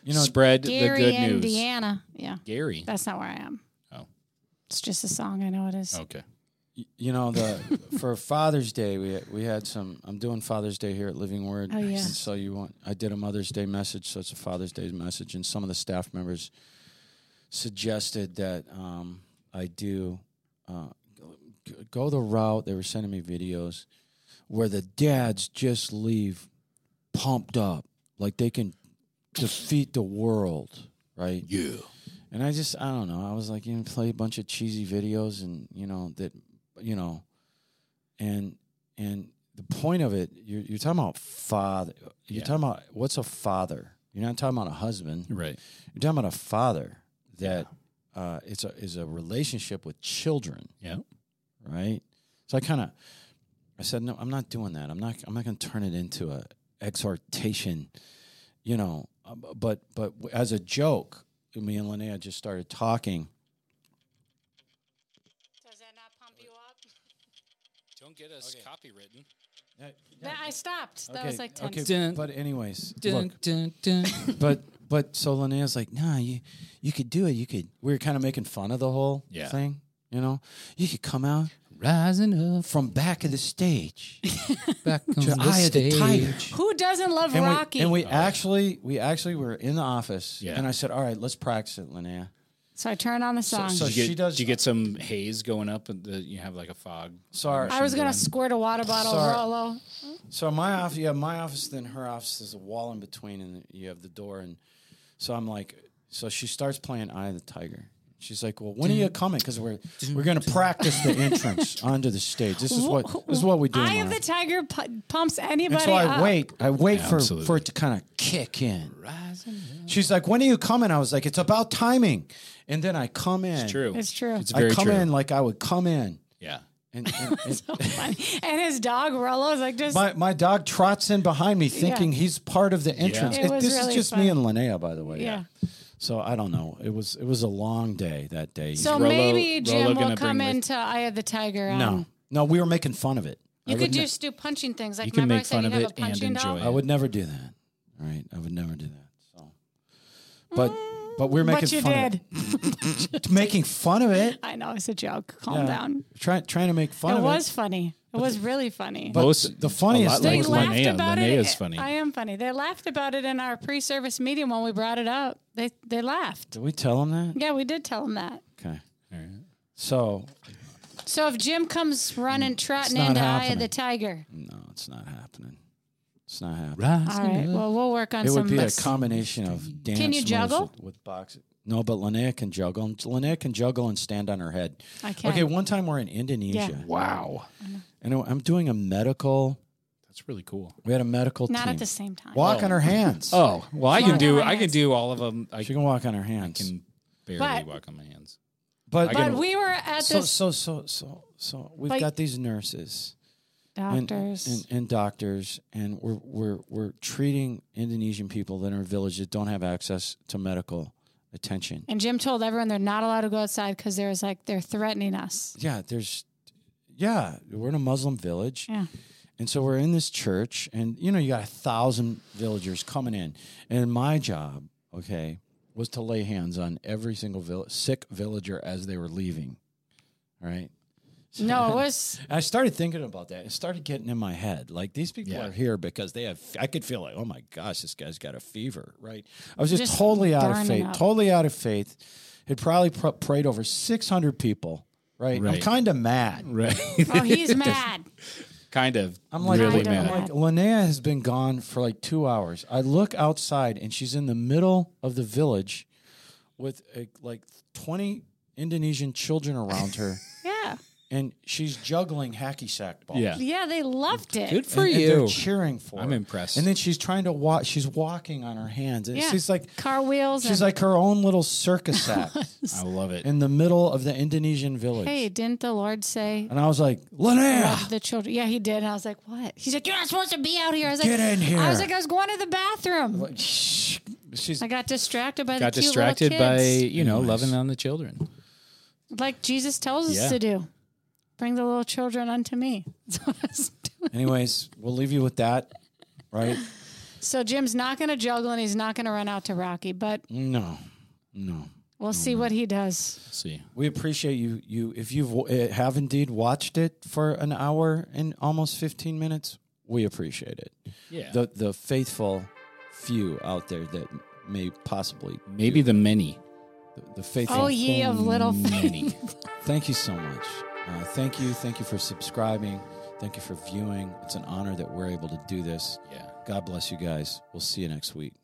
Speaker 1: You know,
Speaker 3: Spread
Speaker 2: Gary,
Speaker 3: the good news.
Speaker 2: Indiana. Yeah,
Speaker 3: Gary.
Speaker 2: that's not where I am.
Speaker 3: Oh.
Speaker 2: It's just a song. I know it is.
Speaker 3: Okay.
Speaker 1: you know the for Father's Day we we had some. I'm doing Father's Day here at Living Word.
Speaker 2: Oh, yeah.
Speaker 1: And so you want? I did a Mother's Day message, so it's a Father's Day message, and some of the staff members suggested that um, I do uh, g- go the route. They were sending me videos where the dads just leave pumped up, like they can defeat the world, right?
Speaker 3: Yeah.
Speaker 1: And I just, I don't know. I was like, you know, play a bunch of cheesy videos and, you know, that, you know, and, and the point of it, you're, you're talking about father. You're
Speaker 3: Yeah.
Speaker 1: talking about what's a father. You're not talking about a husband.
Speaker 3: Right.
Speaker 1: You're talking about a father that uh, it's a, is a relationship with children,
Speaker 3: Yeah.
Speaker 1: right? So I kind of, I said, no, I'm not doing that. I'm not, I'm not going to turn it into a exhortation, you know, uh, bu- but, but w- as a joke, me and Linnea just started talking
Speaker 2: Does that not pump you up?
Speaker 3: Don't get us copywritten.
Speaker 2: I stopped. That was like 10
Speaker 1: okay,
Speaker 3: Dun.
Speaker 1: but anyways,
Speaker 3: Dun,
Speaker 1: look,
Speaker 3: dun, dun.
Speaker 1: but but so Linnea's like, nah, you you could do it. You could. We were kind of making fun of the whole
Speaker 3: Yeah.
Speaker 1: thing, you know. You could come out
Speaker 3: Rising up
Speaker 1: from back of the stage
Speaker 3: back on
Speaker 1: to
Speaker 3: the
Speaker 1: eye of the
Speaker 3: stage.
Speaker 1: tiger.
Speaker 2: Who doesn't love
Speaker 1: And
Speaker 2: Rocky?
Speaker 1: we, and we actually we actually were in the office,
Speaker 3: Yeah.
Speaker 1: and I said, all right, let's practice it, Linnea.
Speaker 2: so I turn on the song.
Speaker 1: so-
Speaker 3: Did you
Speaker 1: she
Speaker 3: get,
Speaker 1: does-
Speaker 3: did you get some haze going up and the, you have like a fog?
Speaker 1: Sorry.
Speaker 2: I was going to squirt a water bottle
Speaker 1: Sorry.
Speaker 2: Rolo.
Speaker 1: So my office, you have my office, then her office. There's a wall in between, and you have the door. And so I'm like, so she starts playing "Eye of the Tiger." She's like, "Well, when are you coming? Because we're we're gonna practice the entrance onto the stage. This is what this is what we do."
Speaker 2: Eye of
Speaker 1: Mara."
Speaker 2: the uh, Tiger pu- pumps anybody
Speaker 1: and so I
Speaker 2: up.
Speaker 1: wait, I wait for
Speaker 3: absolutely.
Speaker 1: for it to kind of kick in. She's like, "When are you coming?" I was like, "It's about timing." And then I come in.
Speaker 3: True.
Speaker 2: It's true.
Speaker 3: It's
Speaker 1: I
Speaker 3: very
Speaker 1: come
Speaker 3: true.
Speaker 1: in like I would come in,
Speaker 3: Yeah.
Speaker 1: and, and, and
Speaker 2: and his dog Rolo's like just
Speaker 1: My, my dog trots in behind me thinking he's part of the entrance.
Speaker 2: It was
Speaker 1: this
Speaker 2: really
Speaker 1: is just
Speaker 2: fun.
Speaker 1: me and Linnea, by the way.
Speaker 2: yeah.
Speaker 1: So I don't know. It was it was a long day that day.
Speaker 2: So
Speaker 3: Rolo-
Speaker 2: maybe Jim
Speaker 3: Rolo
Speaker 2: will
Speaker 3: gonna
Speaker 2: come
Speaker 3: bring the-
Speaker 2: into Eye of the Tiger. Um,
Speaker 1: no, no, we were making fun of it.
Speaker 2: you
Speaker 1: I
Speaker 2: could
Speaker 1: would ne-
Speaker 2: just do punching things. Like
Speaker 3: You can
Speaker 2: remember I
Speaker 3: make
Speaker 2: said
Speaker 3: fun
Speaker 2: you'd
Speaker 3: of
Speaker 2: have
Speaker 3: it
Speaker 2: a
Speaker 3: and
Speaker 2: punching doll.
Speaker 3: enjoy
Speaker 1: I would never do that. All right, I would never do that. So, but but we are making
Speaker 2: Mm, But you
Speaker 1: fun
Speaker 2: did.
Speaker 1: of it. making fun of it.
Speaker 2: I know it's a joke. Calm
Speaker 1: Yeah.
Speaker 2: down.
Speaker 1: Trying trying to make fun
Speaker 2: it
Speaker 1: of
Speaker 2: was
Speaker 1: it.
Speaker 2: funny. It was really funny.
Speaker 1: But
Speaker 3: Most-
Speaker 1: the
Speaker 3: a lot
Speaker 1: funniest
Speaker 3: like
Speaker 1: thing
Speaker 2: they
Speaker 1: was
Speaker 2: laughed
Speaker 3: Linnea.
Speaker 2: about it.
Speaker 3: Linnea's funny.
Speaker 2: I am funny. They laughed about it in our pre-service meeting when we brought it up. They they laughed.
Speaker 1: did we tell him that?
Speaker 2: Yeah, we did tell them that.
Speaker 1: Okay. So
Speaker 2: So if Jim comes running trotting
Speaker 1: not
Speaker 2: into Eye of
Speaker 1: happening.
Speaker 2: the Tiger,
Speaker 1: no, it's not happening. It's not happening.
Speaker 2: all right. Well, we'll work on
Speaker 1: It
Speaker 2: some.
Speaker 1: would be a
Speaker 2: mix.
Speaker 1: combination of dance.
Speaker 2: you
Speaker 1: moves
Speaker 2: juggle?
Speaker 1: with, with boxing? No, but Linnea can juggle. And Linnea can juggle and stand on her head.
Speaker 2: I can.
Speaker 1: Okay, one time we're in Indonesia,
Speaker 3: Wow.
Speaker 1: and I'm doing a medical.
Speaker 3: That's really cool.
Speaker 1: We had a medical
Speaker 2: Not
Speaker 1: team.
Speaker 2: at the same time.
Speaker 1: walk on her hands.
Speaker 3: Oh, well, I can
Speaker 2: Smart.
Speaker 3: do I can do all of them. I
Speaker 1: she can walk on her hands.
Speaker 3: can barely
Speaker 2: But-
Speaker 3: walk on my hands.
Speaker 1: but
Speaker 3: I
Speaker 2: But
Speaker 3: can-
Speaker 2: we were at
Speaker 1: so
Speaker 2: this
Speaker 1: so so so so we've
Speaker 2: But-
Speaker 1: got these nurses and,
Speaker 2: doctors.
Speaker 1: and and doctors, and we're we're we're treating Indonesian people that are in villages that don't have access to medical attention.
Speaker 2: And Jim told everyone they're not allowed to go outside because there's like they're threatening us.
Speaker 1: yeah, there's, yeah, we're in a Muslim village.
Speaker 2: Yeah.
Speaker 1: And so we're in this church, and you know, you got a thousand villagers coming in. And my job, okay, was to lay hands on every single vill- sick villager as they were leaving. All right.
Speaker 2: No, it was
Speaker 1: And I started thinking about that. It started getting in my head. Like these people
Speaker 3: Yeah.
Speaker 1: are here because they have. I could feel like, oh my gosh, this guy's got a fever, right? I was just,
Speaker 2: Just
Speaker 1: totally out of
Speaker 2: burning
Speaker 1: faith.
Speaker 2: up.
Speaker 1: Totally out of faith. Had probably pr- prayed over six hundred people, right? I'm
Speaker 3: Right.
Speaker 1: kind of mad.
Speaker 3: Right.
Speaker 2: oh he's mad.
Speaker 3: kind of.
Speaker 1: I'm like,
Speaker 3: really
Speaker 2: Kind of.
Speaker 3: mad.
Speaker 1: I'm like, Linnea has been gone for like two hours. I look outside and she's in the middle of the village with uh like 20 Indonesian children around her.
Speaker 2: Yeah.
Speaker 1: and she's juggling hacky sack balls.
Speaker 3: Yeah.
Speaker 2: Yeah, they loved it.
Speaker 3: Good for
Speaker 1: And- and
Speaker 3: you.
Speaker 1: they're cheering for.
Speaker 3: I'm
Speaker 1: her.
Speaker 3: impressed.
Speaker 1: And then she's trying to walk. She's walking on her hands, and
Speaker 2: Yeah.
Speaker 1: she's like,
Speaker 2: Car wheels.
Speaker 1: she's
Speaker 2: and-
Speaker 1: like her own little circus act
Speaker 3: I love it.
Speaker 1: in the middle of the Indonesian village.
Speaker 2: hey, didn't the Lord say
Speaker 1: And I was like, Linnea,
Speaker 2: love the children? Yeah, he did. And I was like, what? He's like, you're not supposed to be out here. I was like,
Speaker 1: Get in here.
Speaker 2: I was like, I was going to the bathroom.
Speaker 1: Shh. she's
Speaker 2: I got distracted by
Speaker 3: Got
Speaker 2: the cute
Speaker 3: distracted
Speaker 2: little
Speaker 3: by,
Speaker 2: kids,
Speaker 3: you know,
Speaker 1: Nice.
Speaker 3: loving on the children.
Speaker 2: like Jesus tells us
Speaker 3: Yeah.
Speaker 2: to do. Bring the little children unto me. That's what I was doing.
Speaker 1: Anyways, we'll leave you with that, right?
Speaker 2: So Jim's not going to juggle and he's not going to run out to Rocky, but
Speaker 1: No, no.
Speaker 2: we'll see what he does.
Speaker 3: Let's see.
Speaker 1: We appreciate you. You, if you've uh, have indeed watched it for an hour and almost fifteen minutes, we appreciate it.
Speaker 3: Yeah.
Speaker 1: The the faithful few out there that may possibly
Speaker 3: Maybe the many.
Speaker 1: the, the faithful.
Speaker 2: Oh, ye of little faith.
Speaker 3: Many.
Speaker 1: Thank you so much. Uh, thank you. Thank you for subscribing. Thank you for viewing. It's an honor that we're able to do this.
Speaker 3: yeah.
Speaker 1: God bless you guys. We'll see you next week.